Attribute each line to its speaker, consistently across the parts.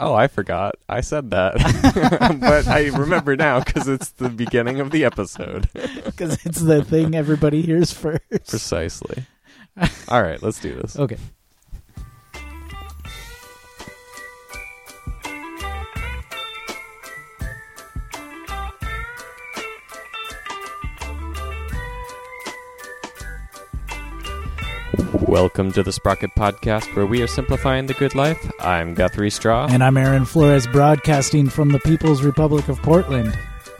Speaker 1: Oh, I forgot. I said that. but I remember now because it's the beginning of the episode.
Speaker 2: because it's the thing everybody hears first.
Speaker 1: Precisely. All right, let's do this.
Speaker 2: Okay.
Speaker 1: Welcome to the Sprocket Podcast, where we are simplifying the good life. I'm Guthrie Straw.
Speaker 2: And I'm Aaron Flores, broadcasting from the People's Republic of Portland,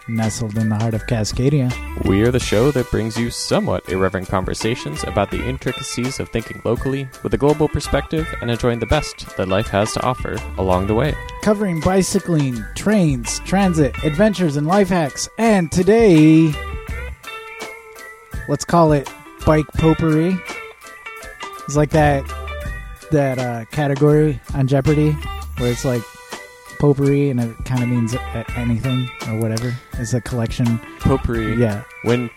Speaker 2: nestled in the heart of Cascadia.
Speaker 1: We are the show that brings you somewhat irreverent conversations about the intricacies of thinking locally with a global perspective and enjoying the best that life has to offer along the way.
Speaker 2: Covering bicycling, trains, transit, adventures, and life hacks. And today, let's call it bike potpourri. It's like that that uh, category on Jeopardy where it's like potpourri and it kind of means a- anything or whatever. It's a collection.
Speaker 1: Potpourri.
Speaker 2: Yeah.
Speaker 1: When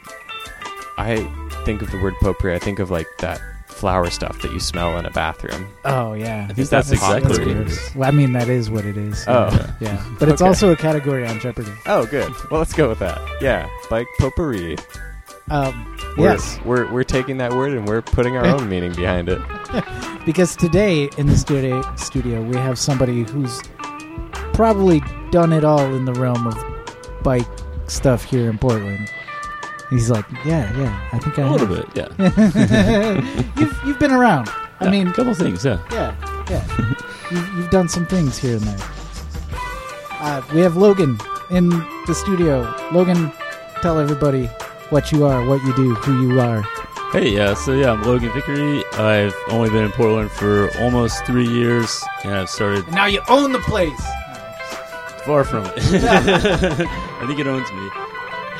Speaker 1: I think of the word potpourri, I think of like that flower stuff that you smell in a bathroom.
Speaker 2: Oh yeah,
Speaker 1: I think that's exactly
Speaker 2: that's
Speaker 1: what it
Speaker 2: gross.
Speaker 1: is.
Speaker 2: Well, I mean, that is what it is.
Speaker 1: Oh.
Speaker 2: yeah, but it's
Speaker 1: Okay.
Speaker 2: also a category on Jeopardy.
Speaker 1: Oh, good. Well, let's go with that. Yeah, bike potpourri.
Speaker 2: Um,
Speaker 1: We're,
Speaker 2: yes,
Speaker 1: We're, we're taking that word and we're putting our own meaning behind it.
Speaker 2: because today in the studio, studio we have somebody who's probably done it all in the realm of bike stuff here in Portland. He's like, yeah, yeah, I think I
Speaker 3: A little
Speaker 2: have.
Speaker 3: bit, yeah.
Speaker 2: you've you've been around. I
Speaker 3: Yeah,
Speaker 2: mean,
Speaker 3: a couple things, yeah.
Speaker 2: yeah, yeah. you, you've done some things here and there. Uh, we have Logan in the studio. Logan, tell everybody what you are, what you do, who you are.
Speaker 3: Hey, yeah. So yeah, I'm Logan Vickery. I've only been in Portland for almost three years, and I've started
Speaker 2: And now you own the place.
Speaker 3: far from it. I think it owns me.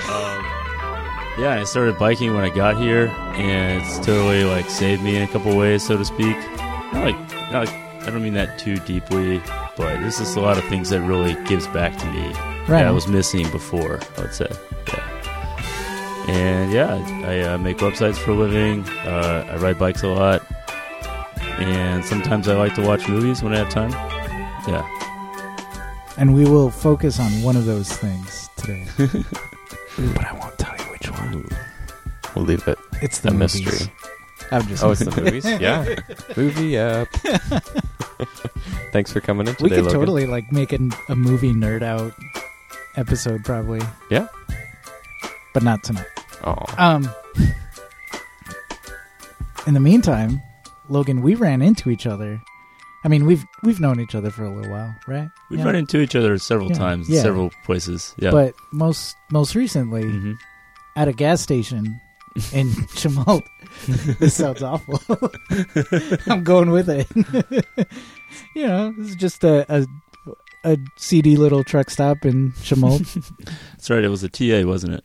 Speaker 3: Um, yeah, I started biking when I got here, and it's totally like saved me in a couple ways, so to speak. Not like, not like I don't mean that too deeply, but there's just a lot of things that really gives back to me
Speaker 2: Right.
Speaker 3: that I was missing before. I would say, yeah. And yeah, I uh, make websites for a living. Uh, I ride bikes a lot, and sometimes I like to watch movies when I have time. Yeah.
Speaker 2: And we will focus on one of those things today. but I won't tell you which one.
Speaker 1: We'll leave it
Speaker 2: It's the
Speaker 1: a
Speaker 2: movies.
Speaker 1: mystery.
Speaker 2: I'm just.
Speaker 1: Oh, it's the movies? Yeah. Movie up. Thanks for coming in
Speaker 2: we
Speaker 1: today,
Speaker 2: could
Speaker 1: Logan.
Speaker 2: totally like make an, a movie nerd out episode, probably.
Speaker 1: Yeah.
Speaker 2: But not tonight.
Speaker 1: Aw.
Speaker 2: Um. In the meantime, Logan, we ran into each other. I mean, we've we've known each other for a little while, right?
Speaker 3: We've
Speaker 2: Yeah.
Speaker 3: run into each other several
Speaker 2: Yeah.
Speaker 3: times, in
Speaker 2: Yeah.
Speaker 3: several places. Yeah.
Speaker 2: But most most recently
Speaker 3: Mhm.
Speaker 2: at a gas station in Chemult. this sounds awful. I'm going with it. you know, this is just a, a a seedy little truck stop in Chemult.
Speaker 3: that's right. It was a TA, wasn't it?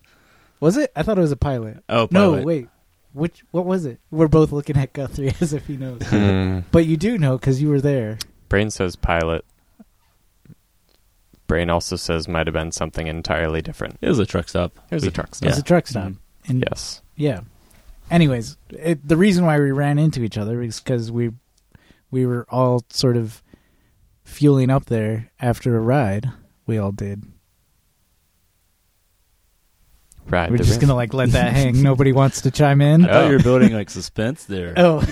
Speaker 2: was it? I thought it was a pilot.
Speaker 3: Oh,
Speaker 2: no,
Speaker 3: pilot.
Speaker 2: wait. Which what was it? We're both looking at Guthrie as if he knows.
Speaker 1: Hmm.
Speaker 2: But you do know because you were there.
Speaker 1: Brain says pilot. Brain also says might have been something entirely different.
Speaker 3: It was a truck stop.
Speaker 1: It was
Speaker 3: We-
Speaker 1: a truck
Speaker 2: It
Speaker 1: stop.
Speaker 2: was a truck stop.
Speaker 3: Mhm.
Speaker 2: And
Speaker 1: Yes.
Speaker 2: yeah. Anyways, it, the reason why we ran into each other is because we we were all sort of fueling up there after a ride. We all did.
Speaker 1: Right.
Speaker 2: we're
Speaker 1: the
Speaker 2: just
Speaker 1: rim.
Speaker 2: gonna like let that hang. Nobody wants to chime
Speaker 3: I
Speaker 2: in.
Speaker 3: thought
Speaker 1: Oh.
Speaker 3: you were building like suspense there.
Speaker 2: Oh,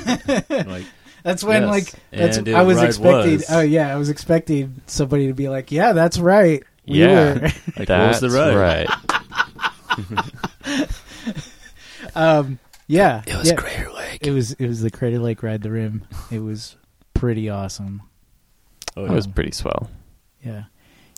Speaker 3: Like,
Speaker 2: that's when
Speaker 3: Yes,
Speaker 2: like that's
Speaker 3: and it
Speaker 2: I was
Speaker 3: ride
Speaker 2: expecting.
Speaker 3: was.
Speaker 2: Oh yeah, I was expecting somebody to be like, "Yeah, that's right." We
Speaker 1: Yeah.
Speaker 2: were."
Speaker 3: like what was
Speaker 1: That's
Speaker 3: the ride?
Speaker 1: right.
Speaker 2: um, yeah.
Speaker 3: Oh,
Speaker 2: yeah.
Speaker 3: Crater Lake.
Speaker 2: It was it was the Crater Lake ride the rim. It was pretty awesome.
Speaker 3: Oh,
Speaker 1: That
Speaker 3: yeah.
Speaker 1: was pretty swell.
Speaker 2: Yeah.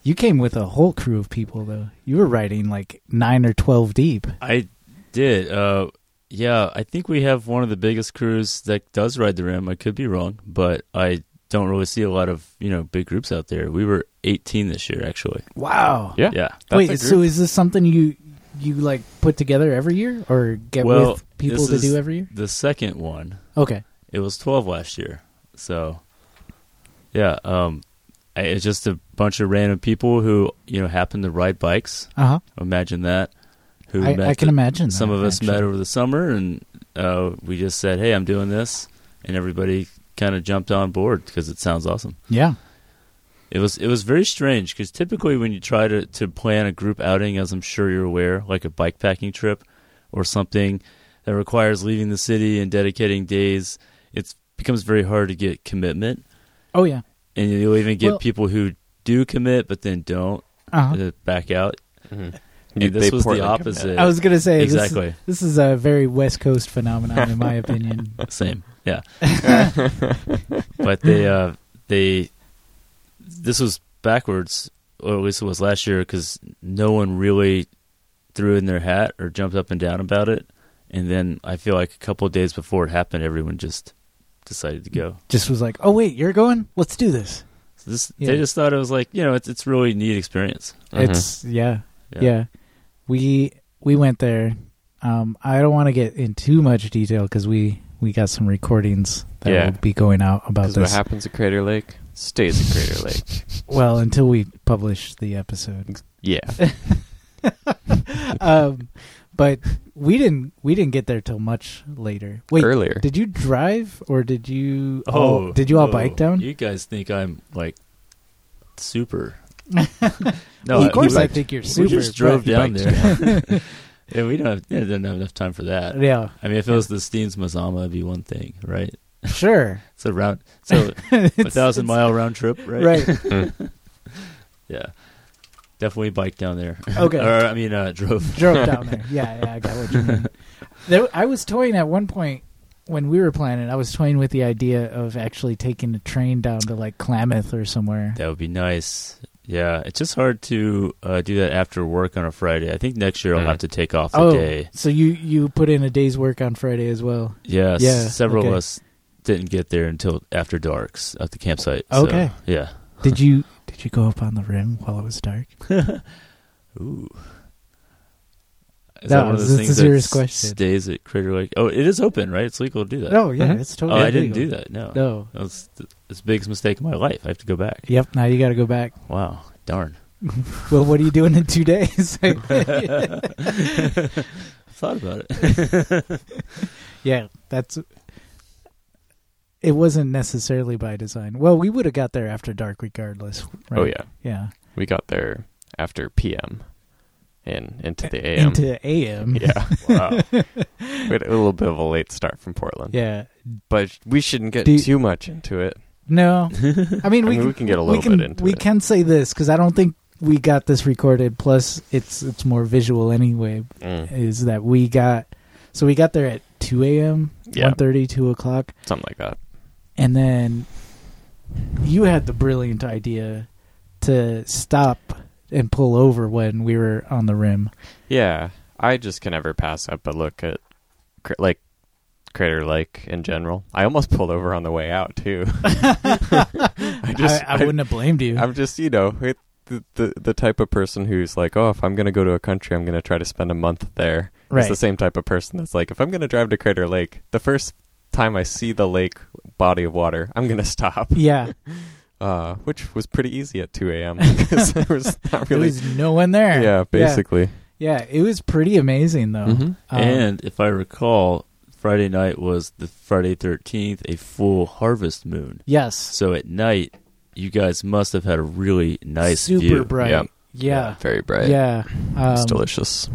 Speaker 2: You came with a whole crew of people though. You were riding like 9 or 12 deep.
Speaker 3: I did. Uh, yeah, I think we have one of the biggest crews that does ride the rim. I could be wrong, but I don't really see a lot of you know big groups out there. We were 18 this year, actually.
Speaker 2: Wow.
Speaker 1: Yeah.
Speaker 3: Yeah.
Speaker 1: That's a
Speaker 2: Wait,
Speaker 1: group.
Speaker 2: so is this something you you like put together every year or get
Speaker 3: Well,
Speaker 2: with people
Speaker 3: this
Speaker 2: to
Speaker 3: is-
Speaker 2: do every year?
Speaker 3: The second one,
Speaker 2: Okay.
Speaker 3: It was 12 last year. So, yeah, um, I, it's just a bunch of random people who, you know, happen to ride bikes.
Speaker 2: Uh-huh.
Speaker 3: Imagine that. Who
Speaker 2: I,
Speaker 3: met
Speaker 2: I can
Speaker 3: the-
Speaker 2: imagine.
Speaker 3: Some
Speaker 2: that,
Speaker 3: of us met
Speaker 2: actually.
Speaker 3: over the summer, and uh, we just said, hey, I'm doing this. And everybody kind of jumped on board because it sounds awesome.
Speaker 2: Yeah.
Speaker 3: It was it was very strange because typically when you try to, to plan a group outing, as I'm sure you're aware, like a bike packing trip or something that requires leaving the city and dedicating days, it becomes very hard to get commitment.
Speaker 2: Oh yeah.
Speaker 3: And you'll even get
Speaker 2: Well-
Speaker 3: people who do commit but then don't
Speaker 2: Uh-huh.
Speaker 3: uh, back out.
Speaker 1: You-
Speaker 3: And this
Speaker 1: they
Speaker 3: was
Speaker 1: poorly
Speaker 3: the
Speaker 1: commit.
Speaker 3: opposite.
Speaker 2: I was gonna say this is-
Speaker 3: exactly
Speaker 2: This, is a very West Coast phenomenon, in my opinion.
Speaker 3: same. Yeah, but they uh, they this was backwards, or at least it was last year, because no one really threw in their hat or jumped up and down about it. And then I feel like a couple of days before it happened, everyone just decided to go.
Speaker 2: Just was like, oh wait, you're going? Let's do this.
Speaker 3: So this
Speaker 2: Yeah.
Speaker 3: they just thought it was like you know it's it's really a neat experience.
Speaker 1: Mhm.
Speaker 2: It's yeah, yeah, We we went there. Um, I don't want to get in too much detail because we we got some recordings that
Speaker 1: Yeah.
Speaker 2: will be going out about
Speaker 1: Because what
Speaker 2: this.
Speaker 1: happens at Crater Lake stays at Crater Lake.
Speaker 2: well, until we publish the episode.
Speaker 1: Yeah.
Speaker 2: um, but we didn't we didn't get there till much later. Wait,
Speaker 1: Earlier.
Speaker 2: did you drive or did you? all- did you all
Speaker 3: oh,
Speaker 2: bike down?
Speaker 3: You guys think I'm like super.
Speaker 2: Well,
Speaker 3: I-
Speaker 2: of course
Speaker 3: we-
Speaker 2: I think you're super.
Speaker 3: we just drove
Speaker 2: but-
Speaker 3: down there. yeah, we don't have, yeah, didn't have enough time for that.
Speaker 2: Yeah,
Speaker 3: I mean, if it was the Steens Mazama, it'd be one thing, right?
Speaker 2: sure.
Speaker 3: It's a round, so a
Speaker 2: It's-
Speaker 3: thousand
Speaker 2: it's-
Speaker 3: mile round trip, right?
Speaker 2: Right.
Speaker 3: Yeah, definitely bike down there.
Speaker 2: Okay.
Speaker 3: or I mean, uh, drove.
Speaker 2: drove down there. Yeah, yeah, I got what you mean. There, I was toying at one point when we were planning. I was toying with the idea of actually taking a train down to like Klamath or somewhere.
Speaker 3: That would be nice. Yeah, it's just hard to uh, do that after work on a Friday. I think next year I'll
Speaker 1: Mm.
Speaker 3: have to take off a
Speaker 2: oh,
Speaker 3: day.
Speaker 2: so you you put in a day's work on Friday as well?
Speaker 3: Yeah, s-
Speaker 2: Yeah,
Speaker 3: several of
Speaker 2: okay.
Speaker 3: us didn't get there until after dark s- at the campsite. so,
Speaker 2: Okay.
Speaker 3: yeah.
Speaker 2: Did you did you go up on the rim while it was dark?
Speaker 3: Ooh. Is
Speaker 2: No,
Speaker 3: that one of
Speaker 2: this
Speaker 3: those
Speaker 2: is a
Speaker 3: things
Speaker 2: serious
Speaker 3: that s-
Speaker 2: question.
Speaker 3: stays at Crater Lake? Oh, it is open, right? It's legal to do that.
Speaker 2: No, yeah,
Speaker 1: Mhm.
Speaker 2: it's
Speaker 3: oh,
Speaker 2: totally.
Speaker 3: I didn't do
Speaker 2: legal.
Speaker 3: that. No,
Speaker 2: No.
Speaker 3: that was th- it's the biggest mistake of my life. I have to go back.
Speaker 2: Yep. Now you got to go back.
Speaker 3: Wow, darn.
Speaker 2: Well, what are you doing in two days?
Speaker 3: I thought about it.
Speaker 2: yeah, that's. It wasn't necessarily by design. Well, we would have got there after dark, regardless. Right?
Speaker 1: Oh, yeah.
Speaker 2: yeah.
Speaker 1: We got there after PM and into the AM.
Speaker 2: Into AM.
Speaker 1: yeah.
Speaker 3: Wow.
Speaker 1: We had a little bit of a late start from Portland.
Speaker 2: Yeah.
Speaker 1: But we shouldn't get
Speaker 2: Do you-
Speaker 1: too much into it.
Speaker 2: No. I mean,
Speaker 1: I
Speaker 2: we,
Speaker 1: mean, we
Speaker 2: can,
Speaker 1: can get a
Speaker 2: we
Speaker 1: little
Speaker 2: can
Speaker 1: bit into
Speaker 2: we
Speaker 1: it.
Speaker 2: can say this because I don't think we got this recorded. Plus, it's it's more visual anyway.
Speaker 1: Mm,
Speaker 2: Is that we got? So we got there at two a.m.
Speaker 1: Yeah.
Speaker 2: 1:30, 2 o'clock,
Speaker 1: something like that.
Speaker 2: and then you had the brilliant idea to stop and pull over when we were on the rim.
Speaker 1: Yeah, I just can never pass up a look at cr- like Crater Lake in general. I almost pulled over on the way out too. I
Speaker 2: I,
Speaker 1: just,
Speaker 2: I, wouldn't have blamed you.
Speaker 1: am just, you know, it, the, the the type of person who's like, oh, if I'm gonna go to a country, I'm gonna try to spend a month there. It's
Speaker 2: right.
Speaker 1: the same type of person that's like, if I'm gonna drive to Crater Lake, the first time I see the lake body of water, I'm gonna stop.
Speaker 2: Yeah.
Speaker 1: Uh, which was pretty easy at 2 a.m. because there was not
Speaker 2: There
Speaker 1: really.
Speaker 2: was no one there.
Speaker 1: yeah, basically.
Speaker 2: Yeah, it was pretty amazing though.
Speaker 1: Mhm.
Speaker 2: Um,
Speaker 3: and if I recall, Friday night was the Friday Thirteenth, a full harvest moon.
Speaker 2: yes,
Speaker 3: So at night, you guys must have had a really nice
Speaker 2: super
Speaker 3: view.
Speaker 2: bright.
Speaker 1: Yep.
Speaker 2: Yeah,
Speaker 1: Very bright.
Speaker 2: yeah.
Speaker 1: It's
Speaker 2: Um,
Speaker 1: delicious.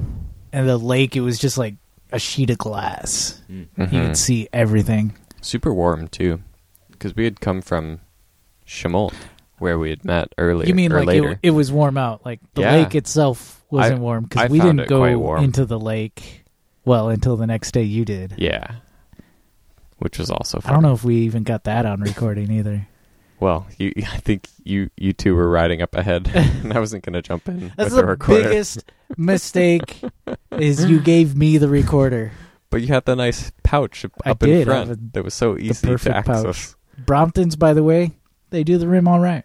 Speaker 2: and the lake, it was just like a sheet of glass.
Speaker 3: Mm.
Speaker 2: You could see everything.
Speaker 1: Mm-hmm. Super warm too, because we had come from Shamolt, where we had met earlier.
Speaker 2: you mean
Speaker 1: or
Speaker 2: like
Speaker 1: later?
Speaker 2: it, it was warm out? Like the
Speaker 1: Yeah.
Speaker 2: lake itself wasn't
Speaker 1: I-
Speaker 2: warm
Speaker 1: I
Speaker 2: because we
Speaker 1: found
Speaker 2: didn't
Speaker 1: it quite
Speaker 2: go
Speaker 1: warm.
Speaker 2: into the lake. Well, until the next day, you did.
Speaker 1: yeah, which was also. Fun.
Speaker 2: I don't know if we even got that on recording either.
Speaker 1: Well, you, I think you you two were riding up ahead, and I wasn't gonna jump in
Speaker 2: That's
Speaker 1: with
Speaker 2: the
Speaker 1: the recorder.
Speaker 2: biggest mistake. is you gave me the recorder.
Speaker 1: But you had the nice pouch up
Speaker 2: I
Speaker 1: up
Speaker 2: did
Speaker 1: in
Speaker 2: have
Speaker 1: front
Speaker 2: a-
Speaker 1: that was so easy to
Speaker 2: perfect
Speaker 1: access.
Speaker 2: Bromptons, by the way, they do the rim all right.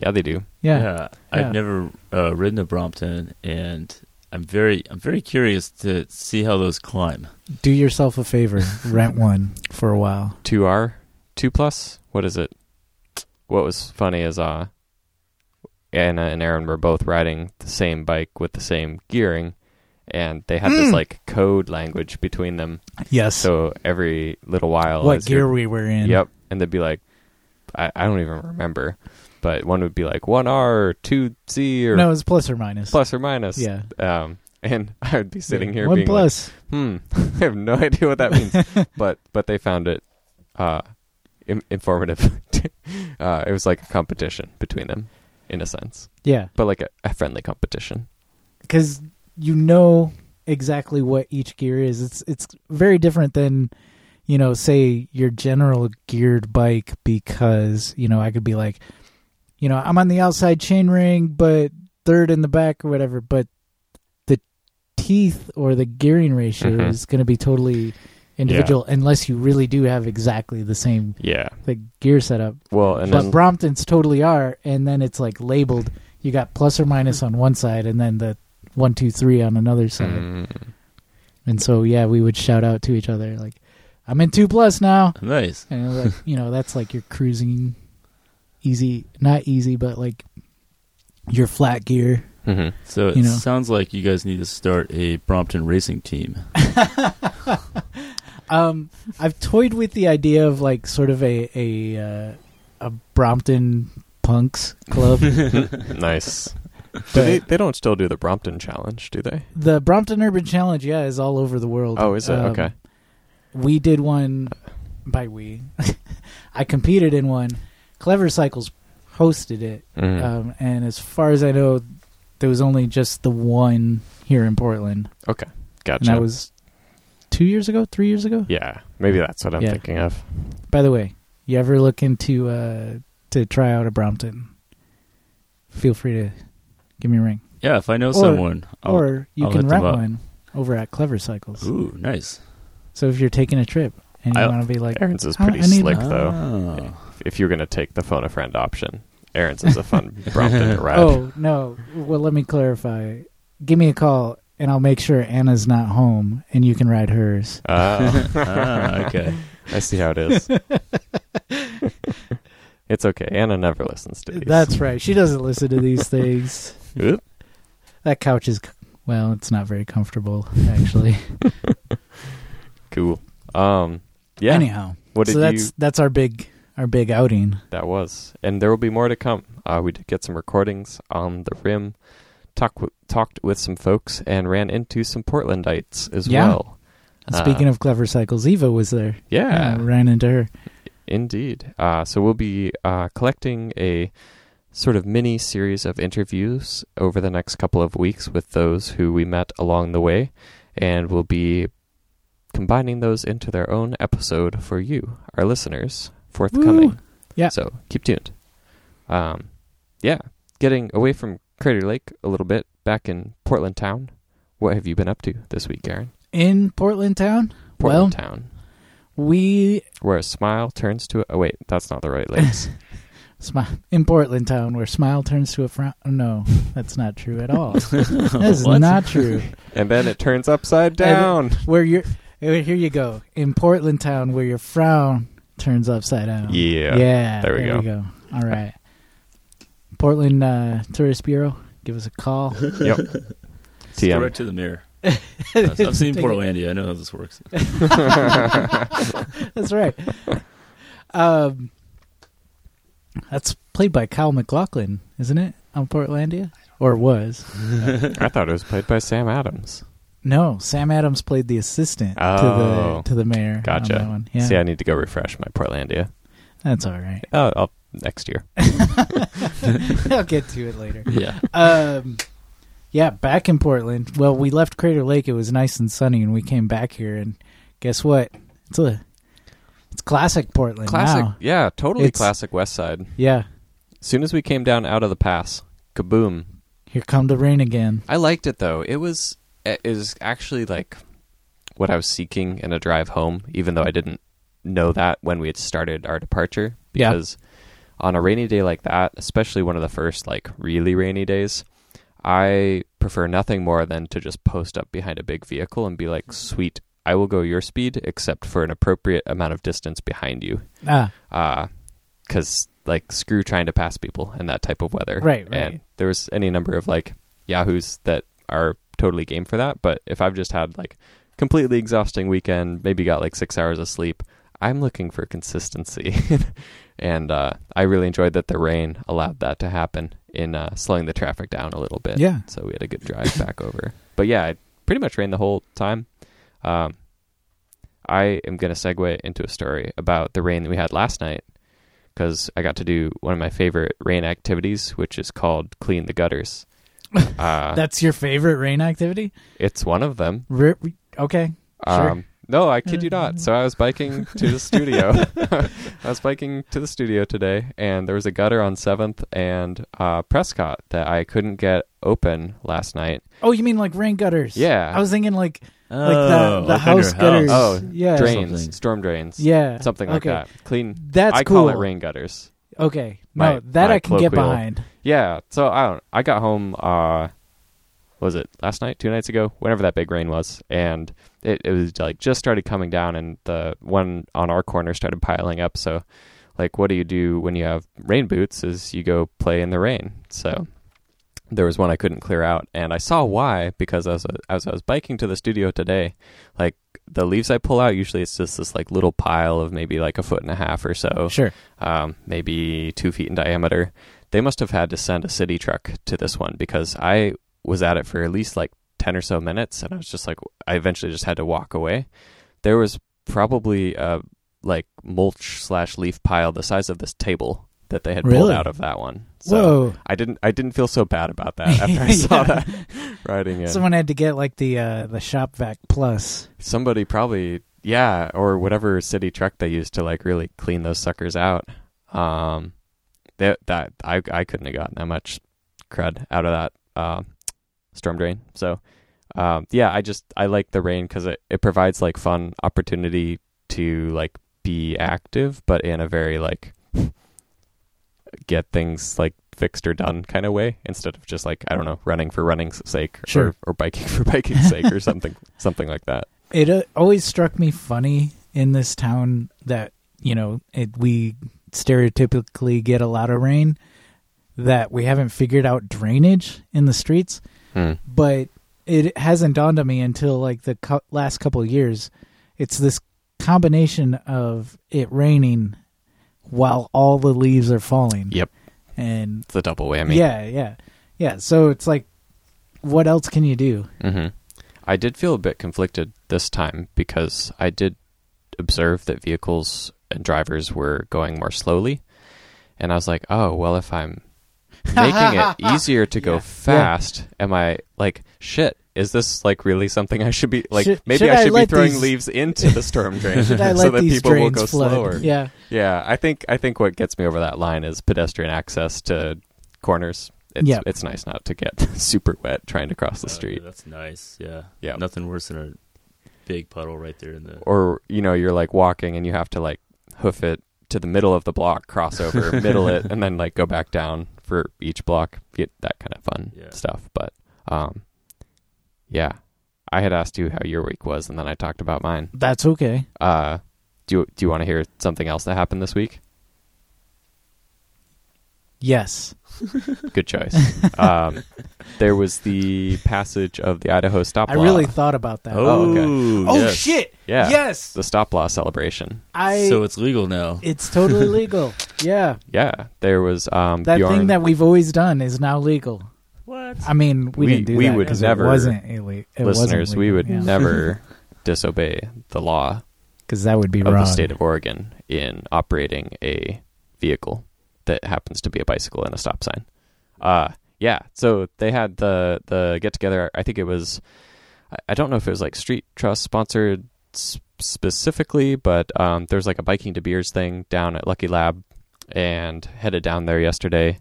Speaker 1: Yeah, they do.
Speaker 2: Yeah. yeah.
Speaker 3: I've never uh, ridden a Brompton, and I'm very, I'm very curious to see how those climb.
Speaker 2: Do yourself a favor. Rent one for a while.
Speaker 1: Two R, two plus. What is it? What was funny is uh, Anna and Aaron were both riding the same bike with the same gearing, and they had this
Speaker 2: Hmm.
Speaker 1: like code language between them.
Speaker 2: Yes.
Speaker 1: So every little while,
Speaker 2: what
Speaker 1: as
Speaker 2: gear
Speaker 1: you're-
Speaker 2: we were in.
Speaker 1: Yep, and they'd be like, I, I don't even remember, but one would be like one R or two Z or
Speaker 2: no, it's plus or minus.
Speaker 1: plus or minus.
Speaker 2: Yeah.
Speaker 1: Um, and I would be sitting here
Speaker 2: One
Speaker 1: being like,
Speaker 2: plus.
Speaker 1: hmm, I have no idea what that means. but but they found it uh, Im- informative. uh, it was like a competition between them, in a sense,
Speaker 2: yeah,
Speaker 1: but like a, a friendly competition.
Speaker 2: because you know exactly what each gear is. It's it's very different than you know, say your general geared bike because you know I could be like, you know, I'm on the outside chainring, but third in the back or whatever, but the teeth or the gearing ratio
Speaker 1: Mhm.
Speaker 2: is going to be totally individual unless you really do have exactly the same
Speaker 1: Yeah.
Speaker 2: like gear setup
Speaker 1: Well, and
Speaker 2: but
Speaker 1: then
Speaker 2: Bromptons totally are, and then it's like labeled. You got plus or minus on one side, and then the one, two, three on another side.
Speaker 1: Mm,
Speaker 2: And so, yeah, we would shout out to each other like, "I'm in two plus now,"
Speaker 3: Nice.
Speaker 2: and it was like you know, that's like your cruising, easy, not easy, but like your flat gear.
Speaker 1: mhm.
Speaker 3: So it
Speaker 2: You know.
Speaker 3: sounds like you guys need to start a Brompton racing team.
Speaker 2: Um, I've toyed with the idea of like sort of a a uh, a Brompton punks club.
Speaker 1: nice. Mm-hmm. Do
Speaker 2: but-
Speaker 1: they, they don't still do the Brompton Challenge, do they?
Speaker 2: The Brompton Urban Challenge, yeah, is all over the world.
Speaker 1: Oh, is it?
Speaker 2: Um,
Speaker 1: Okay.
Speaker 2: We did one by we. I competed in one. Clever Cycles hosted it,
Speaker 1: Mm.
Speaker 2: um, and as far as I know, there was only just the one here in Portland,
Speaker 1: okay.
Speaker 2: and that
Speaker 1: Gotcha.
Speaker 2: was two years ago, three years ago.
Speaker 1: yeah. Maybe that's what I'm
Speaker 2: Yeah.
Speaker 1: thinking of.
Speaker 2: By the way, you ever look into uh, to try out a Brompton? Feel free to give me a ring,
Speaker 3: Yeah, if I know
Speaker 2: Or-
Speaker 3: someone. I'll-
Speaker 2: or you
Speaker 3: I'll
Speaker 2: can
Speaker 3: hit them
Speaker 2: rent
Speaker 3: up.
Speaker 2: one over at Clever Cycles.
Speaker 3: ooh, nice.
Speaker 2: So if you're taking a trip and you
Speaker 3: I-
Speaker 2: want to be like,
Speaker 1: Aaron's is
Speaker 2: I-
Speaker 1: pretty
Speaker 2: I need-
Speaker 1: slick, though.
Speaker 3: Oh.
Speaker 1: If you're going to take the phone a friend option, Aaron's is a fun Brompton to ride.
Speaker 2: Oh no! Well, let me clarify. Give me a call, and I'll make sure Anna's not home, and you can ride hers.
Speaker 1: Ah.
Speaker 3: ah, okay.
Speaker 1: I see how it is. it's okay. Anna never listens to these.
Speaker 2: That's right. She doesn't listen to these things.
Speaker 1: Oop.
Speaker 2: That couch is c- well, it's not very comfortable, actually.
Speaker 1: cool. Um, yeah.
Speaker 2: Anyhow,
Speaker 1: what did
Speaker 2: so that's
Speaker 1: you?
Speaker 2: that's our big our big outing.
Speaker 1: That was, and there will be more to come. Uh, we did get some recordings on the rim. Talk w- talked with some folks and ran into some Portlandites as
Speaker 2: Yeah.
Speaker 1: well.
Speaker 2: And
Speaker 1: Uh,
Speaker 2: speaking of clever cycles, Eva was there.
Speaker 1: Yeah.
Speaker 2: I ran into her.
Speaker 1: Indeed. Uh, so we'll be uh, collecting a sort of mini series of interviews over the next couple of weeks with those who we met along the way, and we'll be combining those into their own episode for you, our listeners, forthcoming.
Speaker 2: Woo. Yeah.
Speaker 1: So keep tuned. Um, yeah, getting away from Crater Lake a little bit, back in Portland town. What have you been up to this week, Aaron?
Speaker 2: in Portland town.
Speaker 1: Portland town,
Speaker 2: We
Speaker 1: where a smile turns to a, oh wait, that's not the right lakes.
Speaker 2: Smi- in Portland town where smile turns to a frown. No, that's not true at all. That's
Speaker 3: What?
Speaker 2: not true.
Speaker 1: and then it turns upside down.
Speaker 2: where your here you go in Portland town where your frown turns upside down.
Speaker 1: Yeah.
Speaker 2: Oh. yeah.
Speaker 1: There we go.
Speaker 2: All right, Portland uh, Tourist Bureau, give us a call.
Speaker 1: Yep.
Speaker 3: Go
Speaker 1: TM.
Speaker 3: right to the mirror. I've I've seen
Speaker 2: Take it.
Speaker 3: Portlandia. I know how this works.
Speaker 2: That's right. Um, that's played by Kyle McLaughlin, isn't it? On Portlandia, or was?
Speaker 1: I thought it was played by Sam Adams.
Speaker 2: No, Sam Adams played the assistant
Speaker 1: Oh.
Speaker 2: to the to the mayor. on
Speaker 1: Gotcha.
Speaker 2: that one. Yeah,
Speaker 1: See, I need to go refresh my Portlandia.
Speaker 2: that's all right.
Speaker 1: Oh, I'll, next year.
Speaker 2: I'll get to it later.
Speaker 3: Yeah.
Speaker 2: um, yeah, back in Portland. Well, we left Crater Lake. It was nice and sunny, and we came back here. And guess what? It's a it's classic Portland
Speaker 1: Classic.
Speaker 2: now.
Speaker 1: Yeah, totally
Speaker 2: It's-
Speaker 1: classic West Side.
Speaker 2: Yeah,
Speaker 1: Soon as we came down out of the pass, kaboom,
Speaker 2: here come the rain again.
Speaker 1: I liked it though. It was it is actually like what I was seeking in a drive home, even though I didn't know that when we had started our departure.
Speaker 2: Yeah.
Speaker 1: Because on a rainy day like that, especially one of the first like really rainy days, I prefer nothing more than to just post up behind a big vehicle and be like, "Sweet, I will go your speed, except for an appropriate amount of distance behind you."
Speaker 2: Ah,
Speaker 1: because like screw trying to pass people in that type of weather.
Speaker 2: Right, right.
Speaker 1: And there was any number of like yahoos that are totally game for that. But if I've just had like completely exhausting weekend, maybe got like six hours of sleep, I'm looking for consistency. and uh, I really enjoyed that the rain allowed that to happen in uh, slowing the traffic down a little bit.
Speaker 2: Yeah.
Speaker 1: so we had a good drive back over. But yeah, it pretty much rained the whole time. Um, I am going to segue into a story about the rain that we had last night because I got to do one of my favorite rain activities, which is called clean the gutters. Uh,
Speaker 2: That's your favorite rain activity?
Speaker 1: it's one of them.
Speaker 2: Re- re- okay. Sure.
Speaker 1: Um, no, I kid you not. So I was biking to the studio. I was biking to the studio today, and there was a gutter on Seventh and uh, Prescott that I couldn't get open last night.
Speaker 2: Oh, you mean like rain gutters?
Speaker 1: Yeah.
Speaker 2: I was thinking like
Speaker 3: Oh,
Speaker 2: like the, the
Speaker 3: open
Speaker 2: house
Speaker 3: your
Speaker 2: gutters.
Speaker 1: Oh,
Speaker 2: yeah.
Speaker 1: drains,
Speaker 3: Something.
Speaker 1: storm drains,
Speaker 2: Yeah.
Speaker 1: something like
Speaker 2: okay.
Speaker 1: that. Clean.
Speaker 2: That's
Speaker 1: I
Speaker 2: cool.
Speaker 1: call it rain gutters.
Speaker 2: Okay.
Speaker 1: My-
Speaker 2: no, that
Speaker 1: my
Speaker 2: I can get
Speaker 1: colloquial-
Speaker 2: behind.
Speaker 1: Yeah. So I don't. I got home. Uh, what was it last night? Two nights ago? Whenever that big rain was, and it, it was like just started coming down, and the one on our corner started piling up. So, like, what do you do when you have rain boots? Is you go play in the rain. So there was one I couldn't clear out, and I saw why because as I, as I was biking to the studio today, like the leaves I pull out usually it's just this like little pile of maybe like a foot and a half or so
Speaker 2: Sure.
Speaker 1: um, maybe two feet in diameter. They must have had to send a city truck to this one because I was at it for at least like 10 or so minutes and I was just like, I eventually just had to walk away. There was probably a like mulch slash leaf pile the size of this table that they had pulled
Speaker 2: Really?
Speaker 1: out of that one. So
Speaker 2: Whoa.
Speaker 1: I didn't I didn't feel so bad about that after I saw
Speaker 2: Yeah.
Speaker 1: that riding in.
Speaker 2: Someone had to get like the uh the shop vac plus.
Speaker 1: Somebody probably yeah, or whatever city truck they used to like really clean those suckers out. Um, that that I I couldn't have gotten that much crud out of that uh, storm drain. So um, yeah, I just I like the rain because it it provides like fun opportunity to like be active, but in a very like get things like fixed or done kind of way instead of just like I don't know running for running's sake
Speaker 2: Sure.
Speaker 1: or, or biking for biking's sake or something something like that.
Speaker 2: It uh, always struck me funny in this town that, you know, it, we stereotypically get a lot of rain that we haven't figured out drainage in the streets.
Speaker 1: Hmm.
Speaker 2: but it hasn't dawned on me until like the cou- last couple of years. It's this combination of it raining while all the leaves are falling.
Speaker 1: Yep.
Speaker 2: And
Speaker 1: It's a double whammy.
Speaker 2: yeah, yeah, yeah. So it's like, what else can you do?
Speaker 1: hmm I did feel a bit conflicted this time because I did observe that vehicles and drivers were going more slowly. And I was like, oh, well, if I'm making it easier to go
Speaker 2: Yeah.
Speaker 1: fast, am I like, shit, is this like really something I should be like?
Speaker 2: Should-
Speaker 1: maybe
Speaker 2: should
Speaker 1: I
Speaker 2: I
Speaker 1: should be
Speaker 2: let
Speaker 1: throwing
Speaker 2: these-
Speaker 1: leaves into the storm drain so
Speaker 2: Should I let
Speaker 1: that
Speaker 2: these
Speaker 1: people will
Speaker 2: drains
Speaker 1: go
Speaker 2: flood?
Speaker 1: slower.
Speaker 2: Yeah.
Speaker 1: Yeah, I think I think what gets me over that line is pedestrian access to corners. It's,
Speaker 2: Yeah.
Speaker 1: it's nice not to get super wet trying to cross the street.
Speaker 3: Oh, that's nice. Yeah.
Speaker 1: Yeah.
Speaker 3: Nothing worse than a big puddle right there in the.
Speaker 1: or you know you're like walking and you have to like hoof it to the middle of the block cross over middle it and then like go back down for each block get that kind of fun
Speaker 3: Yeah.
Speaker 1: stuff but um yeah i had asked you how your week was and then i talked about mine
Speaker 2: That's okay.
Speaker 1: uh do you, do you want to hear something else that happened this week
Speaker 2: Yes.
Speaker 1: good choice um there was the passage of the idaho stop
Speaker 2: I
Speaker 1: law
Speaker 2: really thought about that.
Speaker 1: Oh, okay.
Speaker 2: Oh,
Speaker 3: yes.
Speaker 2: shit.
Speaker 1: yeah
Speaker 2: Yes.
Speaker 1: the stop law celebration
Speaker 2: I.
Speaker 3: so it's legal now.
Speaker 2: it's totally legal. yeah.
Speaker 1: yeah there was um
Speaker 2: That
Speaker 1: Bjorn-
Speaker 2: thing that we've always done is now legal.
Speaker 3: What?
Speaker 2: I mean, we,
Speaker 1: We-
Speaker 2: didn't do
Speaker 1: we
Speaker 2: that
Speaker 1: would
Speaker 2: 'cause
Speaker 1: never-
Speaker 2: It wasn't illegal.
Speaker 1: listeners, we would never disobey the law
Speaker 2: because that would be
Speaker 1: of the
Speaker 2: wrong.
Speaker 1: state of Oregon in operating a vehicle that happens to be a bicycle and a stop sign. Uh, yeah, so they had the the get together. I think it was, I- I don't know if it was like Street Trust sponsored s- specifically, but um, there was like a biking to beers thing down at Lucky Lab, and headed down there yesterday,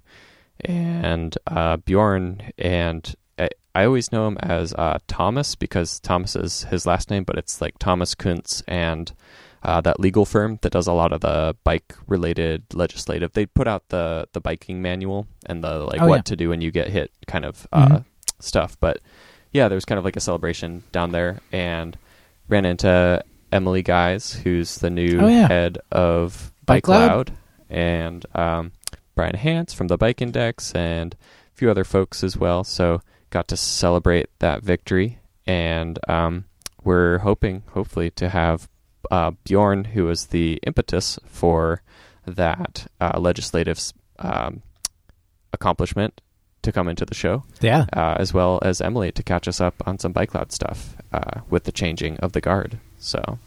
Speaker 1: and uh, Bjorn and. I- I always know him as uh, Thomas because Thomas is his last name, but it's like Thomas Kuntz and uh, that legal firm that does a lot of the bike related legislative. They put out the the biking manual and the like
Speaker 2: Oh,
Speaker 1: what
Speaker 2: yeah.
Speaker 1: to do when you get hit kind of uh,
Speaker 2: Mhm.
Speaker 1: stuff. But yeah, there was kind of like a celebration down there and ran into Emily Guys, who's the new
Speaker 2: Oh, yeah.
Speaker 1: head of
Speaker 2: Bike
Speaker 1: Bike
Speaker 2: Loud.
Speaker 1: Loud, and um, Brian Hance from the Bike Index and a few other folks as well. So got to celebrate that victory and um, we're hoping hopefully to have uh, Bjorn, who was the impetus for that uh, legislative um, accomplishment to come into the show,
Speaker 2: Yeah.
Speaker 1: uh, as well as Emily to catch us up on some Bike Loud stuff uh, with the changing of the guard. So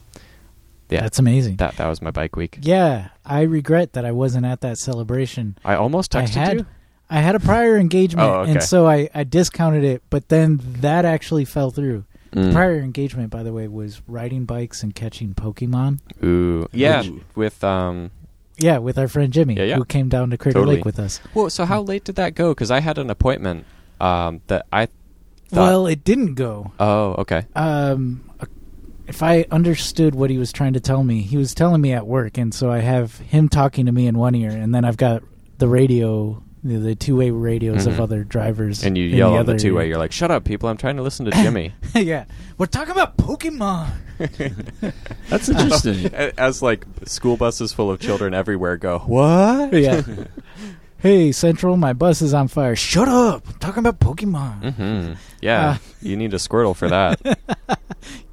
Speaker 1: Yeah.
Speaker 2: That's amazing.
Speaker 1: that that was my bike week.
Speaker 2: yeah, I regret that I wasn't at that celebration.
Speaker 1: I almost
Speaker 2: I
Speaker 1: texted
Speaker 2: had
Speaker 1: you.
Speaker 2: I had a prior engagement,
Speaker 1: Oh, okay.
Speaker 2: and so I, I discounted it, but then that actually fell through.
Speaker 1: Hmm.
Speaker 2: The prior engagement, by the way, was riding bikes and catching Pokemon.
Speaker 1: Ooh, yeah,
Speaker 3: Ooh.
Speaker 1: with um.
Speaker 2: Yeah, with our friend Jimmy,
Speaker 1: Yeah, yeah.
Speaker 2: who came down to Crater
Speaker 1: Totally.
Speaker 2: Lake with us.
Speaker 1: Well, so how late did that go? Because I had an appointment um that I. Thought,
Speaker 2: Well, it didn't go.
Speaker 1: Oh, okay.
Speaker 2: Um, if I understood what he was trying to tell me, he was telling me at work, and so I have him talking to me in one ear, and then I've got the radio, the, the two-way radios
Speaker 1: Mhm.
Speaker 2: of other drivers,
Speaker 1: And you
Speaker 2: in
Speaker 1: yell
Speaker 2: the
Speaker 1: on the
Speaker 2: other
Speaker 1: two way.
Speaker 2: ear.
Speaker 1: You're like, "Shut up, people! I'm trying to listen to Jimmy."
Speaker 2: yeah, we're talking about Pokemon.
Speaker 3: That's interesting.
Speaker 1: As like school buses full of children everywhere go, what?
Speaker 2: yeah. hey, Central, my bus is on fire. Shut up! I'm talking about Pokemon.
Speaker 1: hmm Yeah,
Speaker 2: Uh.
Speaker 1: you need a Squirtle for that.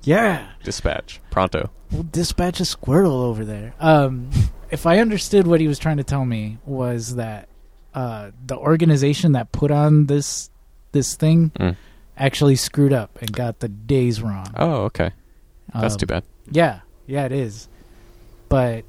Speaker 2: Yeah.
Speaker 1: Dispatch pronto.
Speaker 2: We'll dispatch a Squirtle over there. Um, if I understood what he was trying to tell me was that uh, the organization that put on this this thing
Speaker 1: Mm.
Speaker 2: actually screwed up and got the days wrong.
Speaker 1: Oh, okay. That's
Speaker 2: Um,
Speaker 1: too bad.
Speaker 2: Yeah, yeah, it is. But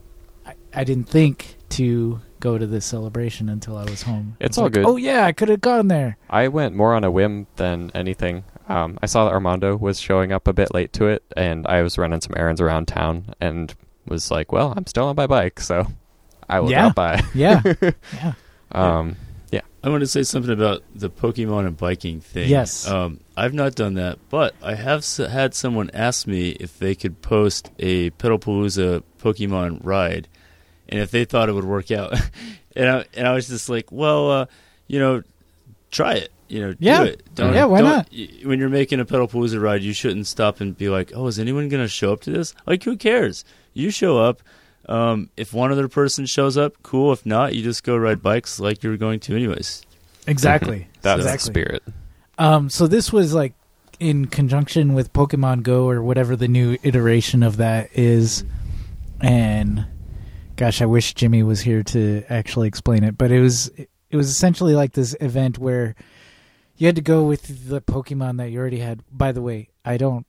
Speaker 2: I, I didn't think to go to this celebration until I was home. I
Speaker 1: It's
Speaker 2: was
Speaker 1: all
Speaker 2: like,
Speaker 1: good.
Speaker 2: Oh yeah, I could have gone there.
Speaker 1: I went more on a whim than anything. Um, I saw that Armando was showing up a bit late to it, and I was running some errands around town, and was like, "Well, I'm still on my bike, so I will
Speaker 2: Yeah.
Speaker 1: drop by."
Speaker 2: Yeah, yeah.
Speaker 1: Um,
Speaker 3: I want to say something about the Pokemon and biking thing.
Speaker 2: Yes.
Speaker 3: Um, I've not done that, but I have s- had someone ask me if they could post a Pedalpalooza Pokemon ride and if they thought it would work out. and, I, and I was just like, well, uh, you know, try it. You know,
Speaker 2: Yeah.
Speaker 3: do it. Don't,
Speaker 2: Yeah, why
Speaker 3: don't-
Speaker 2: not?
Speaker 3: y- When you're making a Pedalpalooza ride, you shouldn't stop and be like, oh, is anyone going to show up to this? Like, who cares? You show up. Um, if one other person shows up, cool. If not, you just go ride bikes like you were going to anyways.
Speaker 2: Exactly.
Speaker 1: that's the
Speaker 2: exactly.
Speaker 1: spirit.
Speaker 2: Um, so this was like in conjunction with Pokemon Go or whatever the new iteration of that is, and gosh, I wish Jimmy was here to actually explain it. But it was it was essentially like this event where you had to go with the Pokemon that you already had. By the way, I don't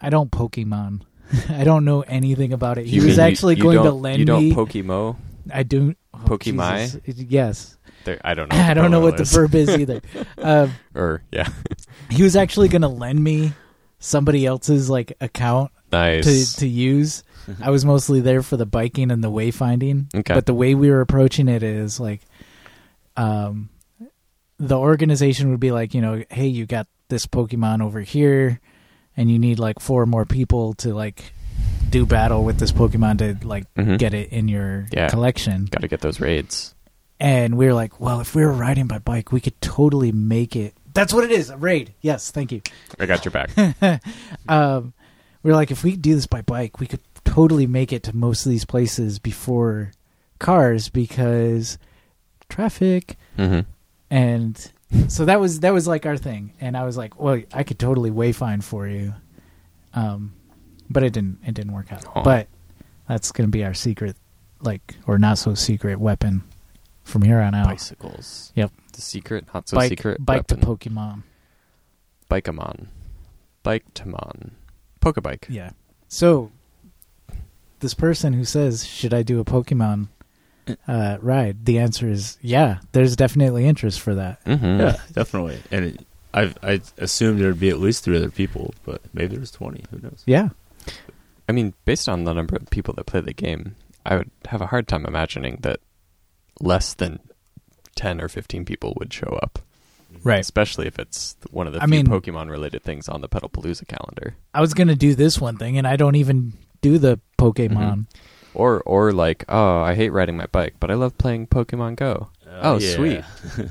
Speaker 2: I don't Pokemon. I don't know anything about it. He
Speaker 1: You
Speaker 2: was
Speaker 1: mean you-
Speaker 2: actually
Speaker 1: you
Speaker 2: going to
Speaker 1: don't-
Speaker 2: lend
Speaker 1: you don't
Speaker 2: me.
Speaker 1: Pokemo.
Speaker 2: I don't oh,
Speaker 1: Pokemai?
Speaker 2: Jesus. Yes,
Speaker 1: There, I don't know.
Speaker 2: I don't know what the
Speaker 1: is.
Speaker 2: verb is either. um,
Speaker 1: or yeah,
Speaker 2: he was actually going to lend me somebody else's like account
Speaker 1: nice.
Speaker 2: to to use. I was mostly there for the biking and the wayfinding.
Speaker 1: Okay.
Speaker 2: But the way we were approaching it is like um the organization would be like, you know, hey, you got this Pokemon over here and you need like four more people to like do battle with this Pokemon to like
Speaker 1: Mhm.
Speaker 2: get it in your
Speaker 1: Yeah.
Speaker 2: collection.
Speaker 1: Got to get those raids.
Speaker 2: And we were like, well, if we were riding by bike, we could totally make it. That's what it is, a raid. Yes, thank you.
Speaker 1: I got your back.
Speaker 2: um, we were like, if we do this by bike, we could totally make it to most of these places before cars because traffic
Speaker 1: mm-hmm.
Speaker 2: and so that was that was like our thing. And I was like, well, I could totally wayfind for you, um, but it didn't it didn't work out.
Speaker 1: Aw.
Speaker 2: But that's gonna be our secret, like or not so secret weapon from here on out.
Speaker 1: Bicycles.
Speaker 2: Yep.
Speaker 1: The secret, not so
Speaker 2: bike
Speaker 1: secret.
Speaker 2: bike
Speaker 1: weapon.
Speaker 2: to Pokemon.
Speaker 1: Bikemon. Biketamon. Pokebike.
Speaker 2: Yeah. So this person who says, "Should I do a Pokemon uh, ride?" The answer is, yeah. There's definitely interest for that.
Speaker 1: Mm-hmm.
Speaker 3: Yeah, definitely. And it, I I assumed there'd be at least three other people, but maybe there's twenty. Who knows?
Speaker 2: Yeah.
Speaker 1: I mean, based on the number of people that play the game, I would have a hard time imagining that less than 10 or 15 people would show up.
Speaker 2: Right.
Speaker 1: Especially if it's one of the
Speaker 2: I
Speaker 1: few
Speaker 2: mean-
Speaker 1: Pokemon related things on the Petalpalooza calendar.
Speaker 2: I was gonna do this one thing, and I don't even do the Pokemon.
Speaker 1: Or, or like, oh, I hate riding my bike, but I love playing Pokemon Go. Oh,
Speaker 3: Uh, yeah.
Speaker 1: sweet.